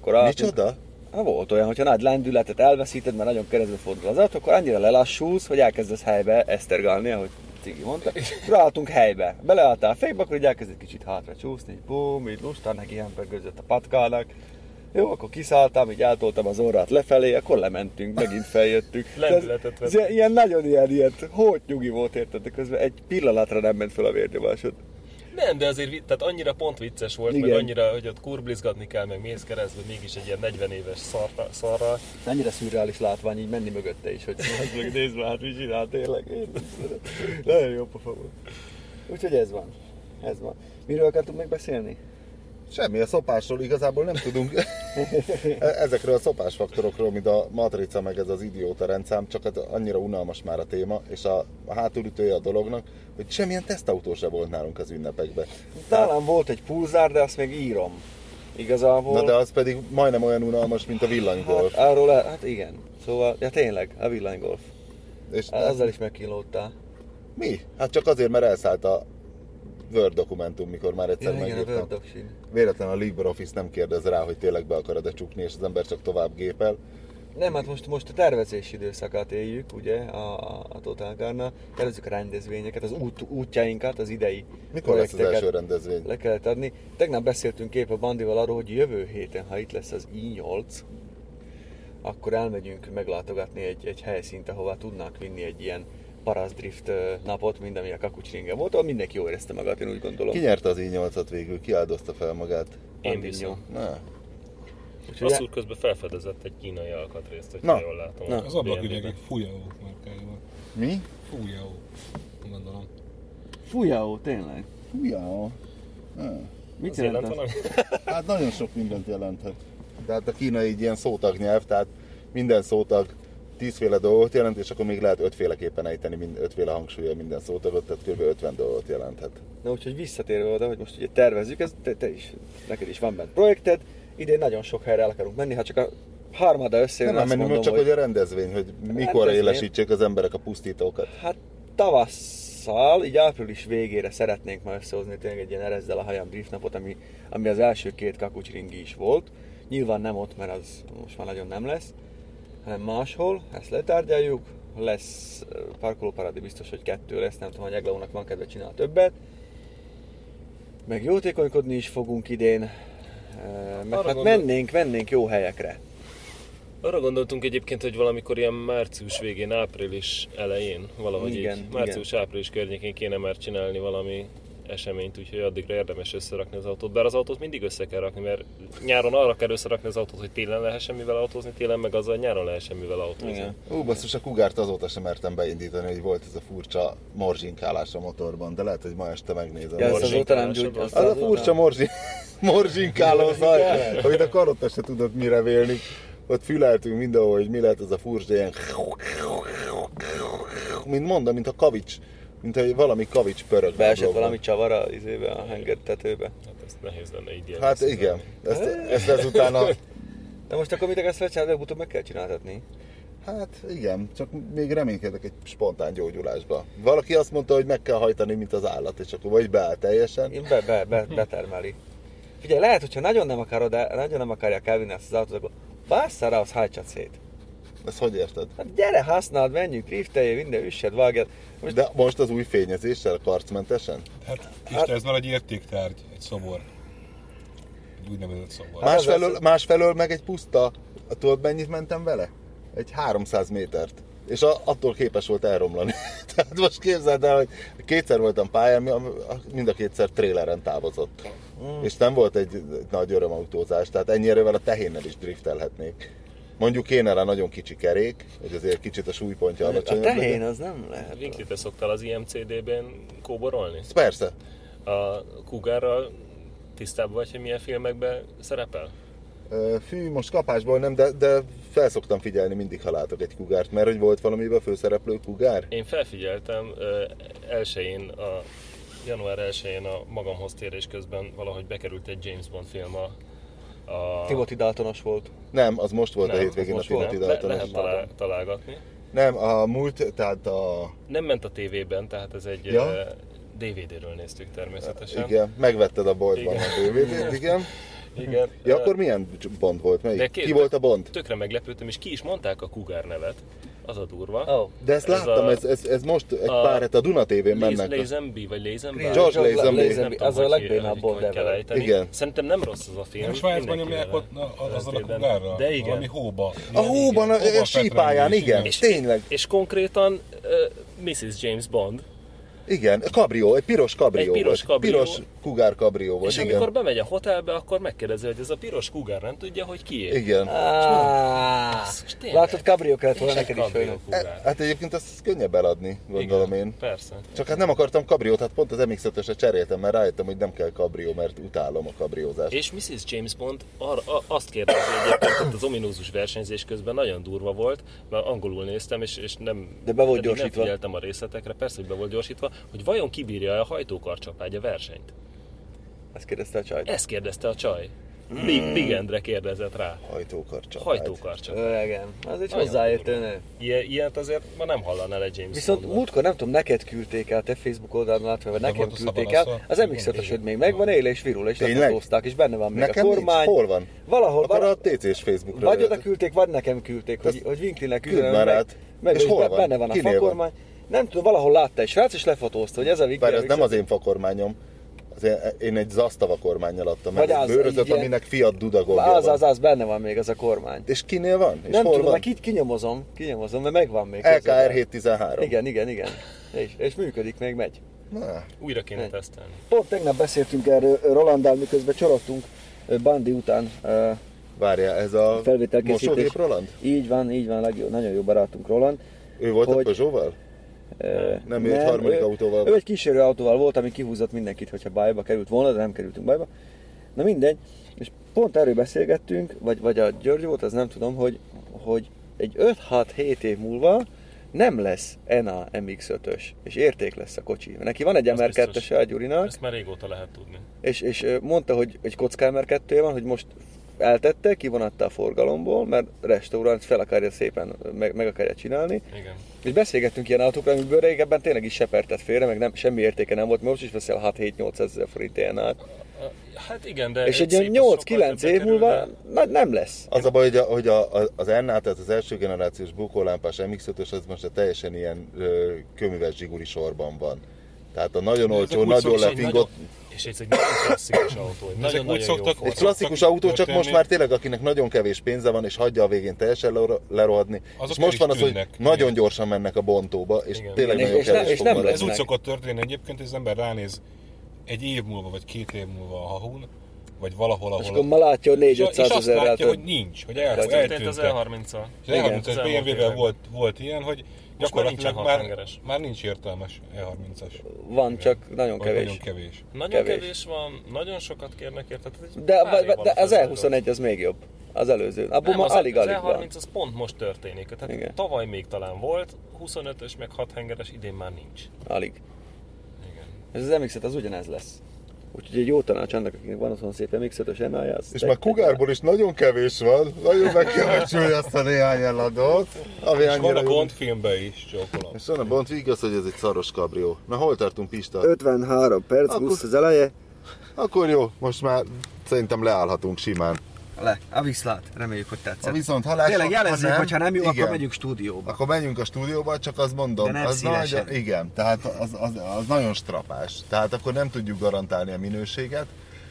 Speaker 4: akkor álltunk.
Speaker 2: Micsoda?
Speaker 4: Há, volt olyan, hogyha nagy lendületet elveszíted, mert nagyon keresztbe fordul az autó, akkor annyira lelassulsz, hogy elkezdesz helybe esztergálni, ahogy Cigi mondta. Ráálltunk helybe. Beleálltál fékbe, akkor így elkezdett kicsit hátra csúszni, így bum, így lustán neki hempörgözött a patkának. Jó, akkor kiszálltam, így eltoltam az orrát lefelé, akkor lementünk, megint feljöttünk.
Speaker 7: Lendületet
Speaker 4: ez,
Speaker 7: vettünk.
Speaker 4: ez ilyen nagyon ilyen, ilyen hót nyugi volt érted, de közben egy pillanatra nem ment fel a vérnyomásod.
Speaker 7: Nem, de azért vi- tehát annyira pont vicces volt, Igen.
Speaker 4: Igen.
Speaker 7: meg annyira, hogy ott kurblizgatni kell, meg mész keresztbe, mégis egy ilyen 40 éves szarra, szarral.
Speaker 4: Annyira szürreális látvány így menni mögötte is, hogy az meg nézd már, hát mit csinál tényleg. Én nem tudom. Nagyon jó pofa volt. Úgyhogy ez van. Ez van. Miről akartunk még beszélni?
Speaker 2: Semmi, a szopásról igazából nem tudunk. Ezekről a szopásfaktorokról, mint a matrica, meg ez az idióta rendszám, csak hát annyira unalmas már a téma, és a, a hátulütője a dolognak, hogy semmilyen tesztautó se volt nálunk az ünnepekben.
Speaker 4: Talán volt egy pulzár, de azt még írom. Igazából...
Speaker 2: Na de az pedig majdnem olyan unalmas, mint a villanygolf.
Speaker 4: Hát, arról, le- hát igen. Szóval, ja tényleg, a villanygolf.
Speaker 2: És
Speaker 4: Azzal is megkínlódtál.
Speaker 2: mi? Hát csak azért, mert elszállt a Word dokumentum, mikor már egyszer
Speaker 4: Ja, igen, a
Speaker 2: megírtam.
Speaker 4: Bördöksin.
Speaker 2: Véletlen a LibreOffice nem kérdez rá, hogy tényleg be akarod-e csukni, és az ember csak tovább gépel.
Speaker 4: Nem, hát most, most a tervezési időszakát éljük, ugye, a, a- a Total Car-nál. Tervezzük a rendezvényeket, az út, útjainkat, az idei
Speaker 2: Mikor lesz az
Speaker 4: projekteket
Speaker 2: első rendezvény?
Speaker 4: Le kellett adni. Tegnap beszéltünk épp a Bandival arról, hogy jövő héten, ha itt lesz az i8, akkor elmegyünk meglátogatni egy, egy helyszínt, ahová tudnák vinni egy ilyen parazdrift ö, napot, mind ami a kakucsringe volt, ahol mindenki jól érezte magát, én úgy gondolom.
Speaker 2: Ki nyerte az i8-at végül? Ki áldozta fel magát?
Speaker 7: Én
Speaker 4: Bandinho.
Speaker 7: viszont.
Speaker 2: Na,
Speaker 4: Úgyhogy
Speaker 7: Basszúr közben felfedezett egy kínai alkatrészt, hogy
Speaker 2: Na,
Speaker 7: jól látom.
Speaker 4: na.
Speaker 7: a
Speaker 3: Az ablaküvegek
Speaker 7: BMW-ben.
Speaker 3: fújaó márkájában.
Speaker 2: mi?
Speaker 3: Fújaó, gondolom.
Speaker 4: Fújjáó, tényleg.
Speaker 2: Fúja.
Speaker 4: Mit
Speaker 7: Az
Speaker 4: jelent
Speaker 7: jelent
Speaker 4: az?
Speaker 7: valami?
Speaker 2: Hát nagyon sok mindent jelenthet. Tehát a kínai egy ilyen szótag nyelv, tehát minden szótag tízféle dolgot jelent, és akkor még lehet ötféleképpen ejteni, mind, ötféle hangsúlya minden szótagot, tehát kb. 50 dolgot jelenthet.
Speaker 4: Na úgyhogy visszatérve oda, hogy most ugye tervezzük, ez te, te is, neked is van bent projekted, idén nagyon sok helyre el akarunk menni, ha csak a harmada összejön,
Speaker 2: Nem, nem
Speaker 4: azt
Speaker 2: menni,
Speaker 4: mondom,
Speaker 2: csak
Speaker 4: hogy
Speaker 2: hogy a rendezvény, hogy mikor
Speaker 4: rendezvény.
Speaker 2: élesítsék az emberek a pusztítókat.
Speaker 4: hát tavasszal, így április végére szeretnénk már összehozni tényleg egy ilyen erezzel a hajam drift napot, ami, ami az első két kakucsringi is volt. Nyilván nem ott, mert az most már nagyon nem lesz, hanem máshol, ezt letárgyaljuk, lesz ö, parkolóparadi biztos, hogy kettő lesz, nem tudom, hogy Eglónak van kedve csinál többet. Meg jótékonykodni is fogunk idén, Ö, meg
Speaker 7: Arra
Speaker 4: hát
Speaker 7: gondol-
Speaker 4: mennénk, mennénk jó helyekre.
Speaker 7: Arra gondoltunk egyébként, hogy valamikor ilyen március végén, április elején, valahogy
Speaker 4: Igen,
Speaker 7: így,
Speaker 4: igen.
Speaker 7: március-április környékén kéne már csinálni valami eseményt, úgyhogy addigra érdemes összerakni az autót. Bár az autót mindig össze kell rakni, mert nyáron arra kell összerakni az autót, hogy télen lehessen mivel autózni, télen meg azzal nyáron lehessen mivel autózni.
Speaker 4: Igen.
Speaker 2: Ó, basszus, a kugárt azóta sem mertem beindítani, hogy volt ez a furcsa morzsinkálás a motorban, de lehet, hogy ma este megnézem.
Speaker 4: Ja, ezt
Speaker 7: az
Speaker 4: azóta nem
Speaker 7: morzsinkálás
Speaker 4: gyújt,
Speaker 7: az-
Speaker 4: azt
Speaker 2: Az a
Speaker 4: azóta-
Speaker 2: furcsa morzsi, morzsinkáló zaj, amit a karotta se tudott mire vélni. Ott füleltünk mindenhol, hogy mi lehet ez a furcsa ilyen... Mint mondom, mint a kavics, mint hogy valami kavics pörög.
Speaker 4: Beesett
Speaker 2: ablakban.
Speaker 4: valami csavar a, izébe, a henger tetőbe.
Speaker 7: Hát ezt nehéz lenne így
Speaker 2: Hát
Speaker 7: jelmezni.
Speaker 2: igen, ezt, ezt ezután a...
Speaker 4: De most akkor mit akarsz felcsinálni, előbb-utóbb meg kell csináltatni.
Speaker 2: Hát igen, csak még reménykedek egy spontán gyógyulásba. Valaki azt mondta, hogy meg kell hajtani, mint az állat, és akkor vagy beáll teljesen.
Speaker 4: Én be, be, be, betermeli. Figyelj, lehet, hogyha nagyon nem, akarod, el- nagyon nem akarják elvinni ezt az autót, akkor basszál rá, az hajtsad szét.
Speaker 2: Ezt hogy érted?
Speaker 4: Hát gyere, használd, menjünk, drifteljél, minden üssed, vágjad. Most
Speaker 2: De most az új fényezéssel, karcmentesen?
Speaker 3: Hát, Isten, ez már egy értéktárgy, egy szobor. Egy úgynevezett
Speaker 4: Hát
Speaker 3: szobor.
Speaker 4: az
Speaker 2: Másfelől,
Speaker 4: lesz.
Speaker 2: másfelől meg egy puszta, tudod mennyit mentem vele? Egy 300 métert. És a, attól képes volt elromlani. Tehát most képzeld el, hogy kétszer voltam pályán, mi a- mind a kétszer tréleren távozott. Mm. És nem volt egy nagy örömautózás, tehát ennyi erővel a tehénnel is driftelhetnék. Mondjuk kéne rá nagyon kicsi kerék, hogy azért kicsit a súlypontja
Speaker 4: a
Speaker 2: alacsonyabb
Speaker 4: tehén
Speaker 2: legyen.
Speaker 4: az nem lehet.
Speaker 7: Vinkli, te szoktál az IMCD-ben kóborolni?
Speaker 2: Persze.
Speaker 7: A kugárral tisztában vagy, hogy milyen filmekben szerepel?
Speaker 2: Ö, Fű, most kapásból nem, de, de felszoktam figyelni mindig, ha látok egy kugárt, mert hogy volt valamiben főszereplő kugár.
Speaker 7: Én felfigyeltem ö, elsőjén, a január 1-én a magamhoz térés közben valahogy bekerült egy James Bond film a, a
Speaker 4: Timothy Daltonos volt.
Speaker 2: Nem, az most volt
Speaker 7: Nem,
Speaker 2: a
Speaker 7: az
Speaker 2: hétvégén a
Speaker 7: most volt.
Speaker 2: Timothy
Speaker 7: Le-
Speaker 2: dalton
Speaker 7: Lehet talál, találgatni.
Speaker 2: Nem, a múlt, tehát a...
Speaker 7: Nem ment a tévében, tehát ez egy
Speaker 2: Ja.
Speaker 7: ja. DVD-ről néztük természetesen.
Speaker 2: Igen, megvetted a boltban a dvd igen.
Speaker 7: Igen.
Speaker 2: Ja,
Speaker 7: Ö,
Speaker 2: akkor milyen Bond volt? Melyik?
Speaker 7: De két-
Speaker 2: Ki volt a Bond?
Speaker 7: Tökre meglepődtem, és ki is mondták a Kugár nevet. Az a durva.
Speaker 4: Ó, oh,
Speaker 2: De ezt
Speaker 7: ez
Speaker 2: láttam,
Speaker 7: a-
Speaker 2: ez, ez, ez most egy
Speaker 7: a-
Speaker 2: pár hete a Duna TV-n
Speaker 7: Lays-
Speaker 2: mennek. az-
Speaker 7: Lazenby, vagy Lazenby?
Speaker 2: George Lazenby.
Speaker 7: Nem tudom,
Speaker 4: az a
Speaker 7: hogy-
Speaker 4: legbénább
Speaker 7: hogy-
Speaker 4: Bond
Speaker 7: hogy kell
Speaker 4: ever.
Speaker 7: ejteni.
Speaker 2: Igen.
Speaker 7: Szerintem nem rossz az a film.
Speaker 3: Nem Svájcban
Speaker 7: mindenki
Speaker 3: nyomják
Speaker 7: vele.
Speaker 3: ott na, a- azzal a
Speaker 7: Tényleg.
Speaker 3: kugárral?
Speaker 7: De igen.
Speaker 3: Valami hóba.
Speaker 2: A hóban, a, a sípáján, igen,
Speaker 7: És-
Speaker 2: tényleg.
Speaker 7: És konkrétan ö, Mrs. James Bond.
Speaker 2: Igen, kabrió, egy piros kabrió
Speaker 7: Egy piros
Speaker 2: volt.
Speaker 7: kabrió.
Speaker 2: Piros kugár kabrió volt,
Speaker 7: és
Speaker 2: igen.
Speaker 7: amikor bemegy a hotelbe, akkor megkérdezi, hogy ez a piros kugár nem tudja, hogy kié.
Speaker 2: Igen. E-
Speaker 4: Ah,
Speaker 7: Basszus, tényleg.
Speaker 4: látod, Cabrio kellett volna
Speaker 7: És egy
Speaker 4: neked is
Speaker 7: kabrió
Speaker 4: főnök.
Speaker 2: E-
Speaker 7: kugár.
Speaker 2: Hát egyébként ezt könnyebb eladni, gondolom én.
Speaker 7: Persze.
Speaker 2: Csak hát nem akartam kabriót, hát pont az MX-5-ösre cseréltem, mert rájöttem, hogy nem kell kabrió, mert utálom a kabriózást.
Speaker 7: És Mrs. James Bond arra, a, azt kérdezi egyébként, hogy az ominózus versenyzés közben nagyon durva volt, mert angolul néztem, és, és nem,
Speaker 4: De be volt
Speaker 7: eddig
Speaker 4: gyorsítva.
Speaker 7: nem figyeltem a részletekre, persze, hogy be volt gyorsítva, hogy vajon kibírja a hajtókarcsapágy a versenyt.
Speaker 4: Ezt kérdezte a csajt.
Speaker 7: Ezt kérdezte a csaj. Big, Big Endre kérdezett rá.
Speaker 2: Hajtókarcsa.
Speaker 7: Hajtókarcsa.
Speaker 6: Öregen, az egy hozzáértő nő.
Speaker 7: Ilyen, ilyet azért ma nem hallanál egy James
Speaker 6: Viszont
Speaker 7: Bondban.
Speaker 6: múltkor nem tudom, neked küldték el, te Facebook oldalon látva, vagy nekem
Speaker 3: volt a
Speaker 6: küldték
Speaker 3: szabadasztal?
Speaker 6: el, az emlékszetesöd még megvan, él és virul, és
Speaker 2: Tényleg?
Speaker 6: lefotózták, és benne van még
Speaker 2: Nekem
Speaker 6: a
Speaker 2: nincs.
Speaker 6: kormány.
Speaker 2: Hol van?
Speaker 6: Valahol,
Speaker 2: Akkor a
Speaker 6: vala-
Speaker 2: TC-s Facebookra.
Speaker 6: Vagy oda
Speaker 2: lehet.
Speaker 6: küldték, vagy nekem küldték, hogy,
Speaker 2: Ezt
Speaker 6: hogy Winklinek
Speaker 2: küld
Speaker 6: üzenem,
Speaker 2: már
Speaker 6: meg,
Speaker 2: át.
Speaker 6: meg
Speaker 2: És
Speaker 6: és
Speaker 2: hol
Speaker 6: hol
Speaker 2: van?
Speaker 6: benne van a
Speaker 2: Kinél van?
Speaker 6: fakormány. Nem tudom, valahol látta egy srác, és lefotózta, hogy ez a Winkli.
Speaker 2: Bár ez nem az én fakormányom. Az én, én egy zasztava kormányjal adtam
Speaker 6: Vagy
Speaker 2: meg, egy
Speaker 6: az-
Speaker 2: bőrözött,
Speaker 6: ilyen-
Speaker 2: aminek fiat dudagolja
Speaker 6: az,
Speaker 2: van.
Speaker 6: az, az, benne van még az a kormány.
Speaker 2: És kinél van? És
Speaker 6: nem
Speaker 2: hol
Speaker 6: tudom,
Speaker 2: van?
Speaker 6: meg így kinyomozom, kinyomozom, mert megvan még.
Speaker 2: LKR 713.
Speaker 6: Igen, igen, igen. És, és működik, még megy.
Speaker 2: Na,
Speaker 7: Újra kéne tesztelni.
Speaker 6: Pont tegnap beszéltünk erről Rolandál, miközben csorogtunk ö, Bandi után ö,
Speaker 2: várjál, ez a
Speaker 6: felvételkészítés.
Speaker 2: mosógép Roland?
Speaker 6: Így van, így van, legjobb, nagyon jó barátunk Roland.
Speaker 2: Ő volt
Speaker 6: Hogy-
Speaker 2: a Peugeot-val?
Speaker 6: Ö,
Speaker 2: Nem, ő egy harmadik
Speaker 6: ő-
Speaker 2: autóval.
Speaker 6: Ő egy kísérő autóval volt, ami kihúzott mindenkit, hogyha bajba került volna, de nem kerültünk bajba. Na mindegy, és pont erről beszélgettünk, vagy, vagy a György volt, az nem tudom, hogy, hogy egy 5-6-7 év múlva nem lesz NA MX-5-ös, és érték lesz a kocsi. Neki van egy
Speaker 7: Az biztos.
Speaker 6: MR2-es a Gyurinak,
Speaker 7: Ezt már régóta lehet tudni.
Speaker 6: és, és ö, mondta, hogy egy kocka MR2 van, hogy most eltette, kivonatta a forgalomból,
Speaker 4: Hát
Speaker 6: mert restaurált fel akarja szépen, ö, meg, meg akarja csinálni,
Speaker 7: Igen.
Speaker 6: és beszélgettünk ilyen autókról, amiből régebben tényleg is sepertett félre, meg nem, semmi értéke nem volt, mert most is veszel 6-7-8 ezer forint ilyen át.
Speaker 7: Hát igen, de...
Speaker 6: És egy
Speaker 7: szép,
Speaker 6: ilyen
Speaker 7: sokkal
Speaker 6: 8-9
Speaker 7: többbe
Speaker 6: év
Speaker 7: kerül,
Speaker 6: múlva
Speaker 7: de-
Speaker 6: na, nem lesz.
Speaker 2: Az a baj, hogy, a, hogy a, a, az NA, tehát az első generációs bukólámpás MX-5-ös, az most a teljesen ilyen ö, köműves zsiguli sorban van. Tehát a nagyon olcsó,
Speaker 3: úgy
Speaker 2: nagyon
Speaker 3: szokott,
Speaker 7: És egy
Speaker 2: lefingott.
Speaker 7: nagyon- És ez egy nagyon klasszikus autó. egy
Speaker 3: Ezek úgy
Speaker 7: Nagyon-nagyon jó
Speaker 3: szoktak-
Speaker 2: Egy
Speaker 7: forma.
Speaker 2: klasszikus
Speaker 3: szoktak
Speaker 2: autó, csak most
Speaker 3: történni.
Speaker 2: már tényleg akinek nagyon kevés pénze van, és hagyja a végén teljesen lero- lerohadni.
Speaker 3: Azok
Speaker 2: és
Speaker 3: el
Speaker 2: most
Speaker 3: is
Speaker 2: van az, hogy
Speaker 3: tűnnek.
Speaker 2: nagyon
Speaker 3: Igen.
Speaker 2: gyorsan mennek a bontóba, és
Speaker 7: Igen.
Speaker 2: tényleg
Speaker 6: Igen,
Speaker 2: nagyon
Speaker 6: és
Speaker 2: kevés
Speaker 6: nem- és
Speaker 2: fog
Speaker 6: nem
Speaker 2: maradni.
Speaker 6: lesz
Speaker 3: Ez úgy
Speaker 6: meg.
Speaker 3: szokott történni egyébként, hogy az ember ránéz egy év múlva, vagy két év múlva a hahun, vagy valahol,
Speaker 6: És
Speaker 3: ahol...
Speaker 6: akkor ma látja, hogy
Speaker 3: és, és
Speaker 6: 4-500
Speaker 3: azt
Speaker 6: ezerrel
Speaker 3: látja,
Speaker 6: több.
Speaker 3: hogy nincs, hogy el,
Speaker 7: Ez történt az E
Speaker 3: eltűntek.
Speaker 7: E30-a.
Speaker 3: Az E30-as
Speaker 7: elmúlt
Speaker 3: BMW-vel
Speaker 7: években.
Speaker 3: volt, volt ilyen, hogy
Speaker 7: nincsen
Speaker 3: gyakorlatilag már, már,
Speaker 7: hathengeres.
Speaker 3: nincs értelmes E30-as.
Speaker 6: Van, csak nagyon
Speaker 3: Vagy
Speaker 6: kevés.
Speaker 3: Nagyon kevés.
Speaker 7: Nagyon
Speaker 6: Kevés.
Speaker 7: kevés. van, nagyon sokat kérnek érte. tehát egy
Speaker 6: De,
Speaker 7: pár év
Speaker 6: de
Speaker 7: alatt
Speaker 6: az
Speaker 7: ez
Speaker 6: E21 az még jobb. Az előző. Abban
Speaker 7: Nem,
Speaker 6: ma
Speaker 7: az, E- az
Speaker 6: alig-alig van.
Speaker 7: E30 az pont most történik. Tehát
Speaker 6: Igen.
Speaker 7: tavaly még talán volt, 25-ös meg 6 hengeres idén már nincs.
Speaker 6: Alig.
Speaker 7: Igen.
Speaker 6: Ez az mx az ugyanez lesz. Úgyhogy egy jó tanács annak, akinek van otthon szép MX-5-ös NA-ja, az
Speaker 2: És
Speaker 6: te-
Speaker 2: már kugárból is nagyon kevés van, nagyon meg kell becsülni azt a néhány eladót, ami
Speaker 3: És van
Speaker 2: annyira
Speaker 3: a
Speaker 2: jó.
Speaker 3: Bond filmben is, csókolom.
Speaker 2: És van a Bond, igaz, hogy ez egy szaros kabrió. Na hol tartunk Pista?
Speaker 6: 53 perc,
Speaker 2: Akkor-
Speaker 6: 20 az eleje.
Speaker 2: Akkor jó, most már szerintem leállhatunk simán.
Speaker 6: Le, a viszlát, reméljük, hogy tetszett.
Speaker 2: A viszont halás,
Speaker 6: Tényleg jelezzük,
Speaker 2: ha nem,
Speaker 6: hogy ha nem jó,
Speaker 2: igen.
Speaker 6: akkor megyünk stúdióba.
Speaker 2: Akkor menjünk a stúdióba, csak azt mondom,
Speaker 6: De nem
Speaker 2: az
Speaker 6: szívesen.
Speaker 2: nagyon, igen, tehát az, az, az, nagyon strapás. Tehát akkor nem tudjuk garantálni a minőséget.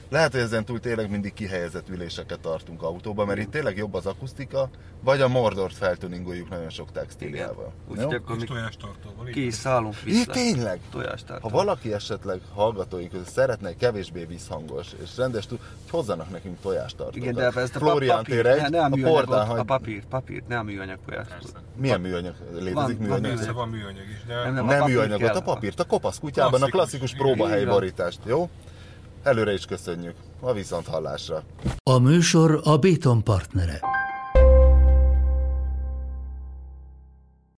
Speaker 2: Lehet, hogy ezen túl tényleg mindig kihelyezett üléseket tartunk autóba, mert itt tényleg jobb az akusztika, vagy a Mordort feltuningoljuk nagyon sok textíliával. Jó?
Speaker 6: Úgyhogy akkor
Speaker 3: És
Speaker 6: mi
Speaker 3: tojástartóval, így.
Speaker 6: kiszállunk
Speaker 2: Így
Speaker 6: viszlát.
Speaker 2: tényleg?
Speaker 6: Tojást
Speaker 2: Ha
Speaker 6: tartom.
Speaker 2: valaki esetleg hallgatóink között szeretne egy kevésbé vízhangos és rendes túl, hozzanak nekünk tojástartókat.
Speaker 6: Igen, de hát ezt a pa-
Speaker 2: Florian
Speaker 6: papírt,
Speaker 2: tér egy,
Speaker 6: ne, ne a,
Speaker 2: a portán,
Speaker 6: műanyagot, a
Speaker 2: hagy...
Speaker 6: papírt, papírt, ne a műanyag tojást.
Speaker 2: Milyen műanyag? Létezik
Speaker 6: Van- van
Speaker 2: műanyag?
Speaker 6: műanyag.
Speaker 3: Persze van műanyag is, de...
Speaker 6: Nem, nem.
Speaker 2: Nem
Speaker 6: papír
Speaker 2: műanyagot,
Speaker 6: kell.
Speaker 2: a papírt, a kopasz kutyában a
Speaker 3: Klasszikus.
Speaker 2: klasszikus próbahelyi borítást, jó? Előre is köszönjük. A viszont hallásra.
Speaker 1: A műsor a Béton partnere.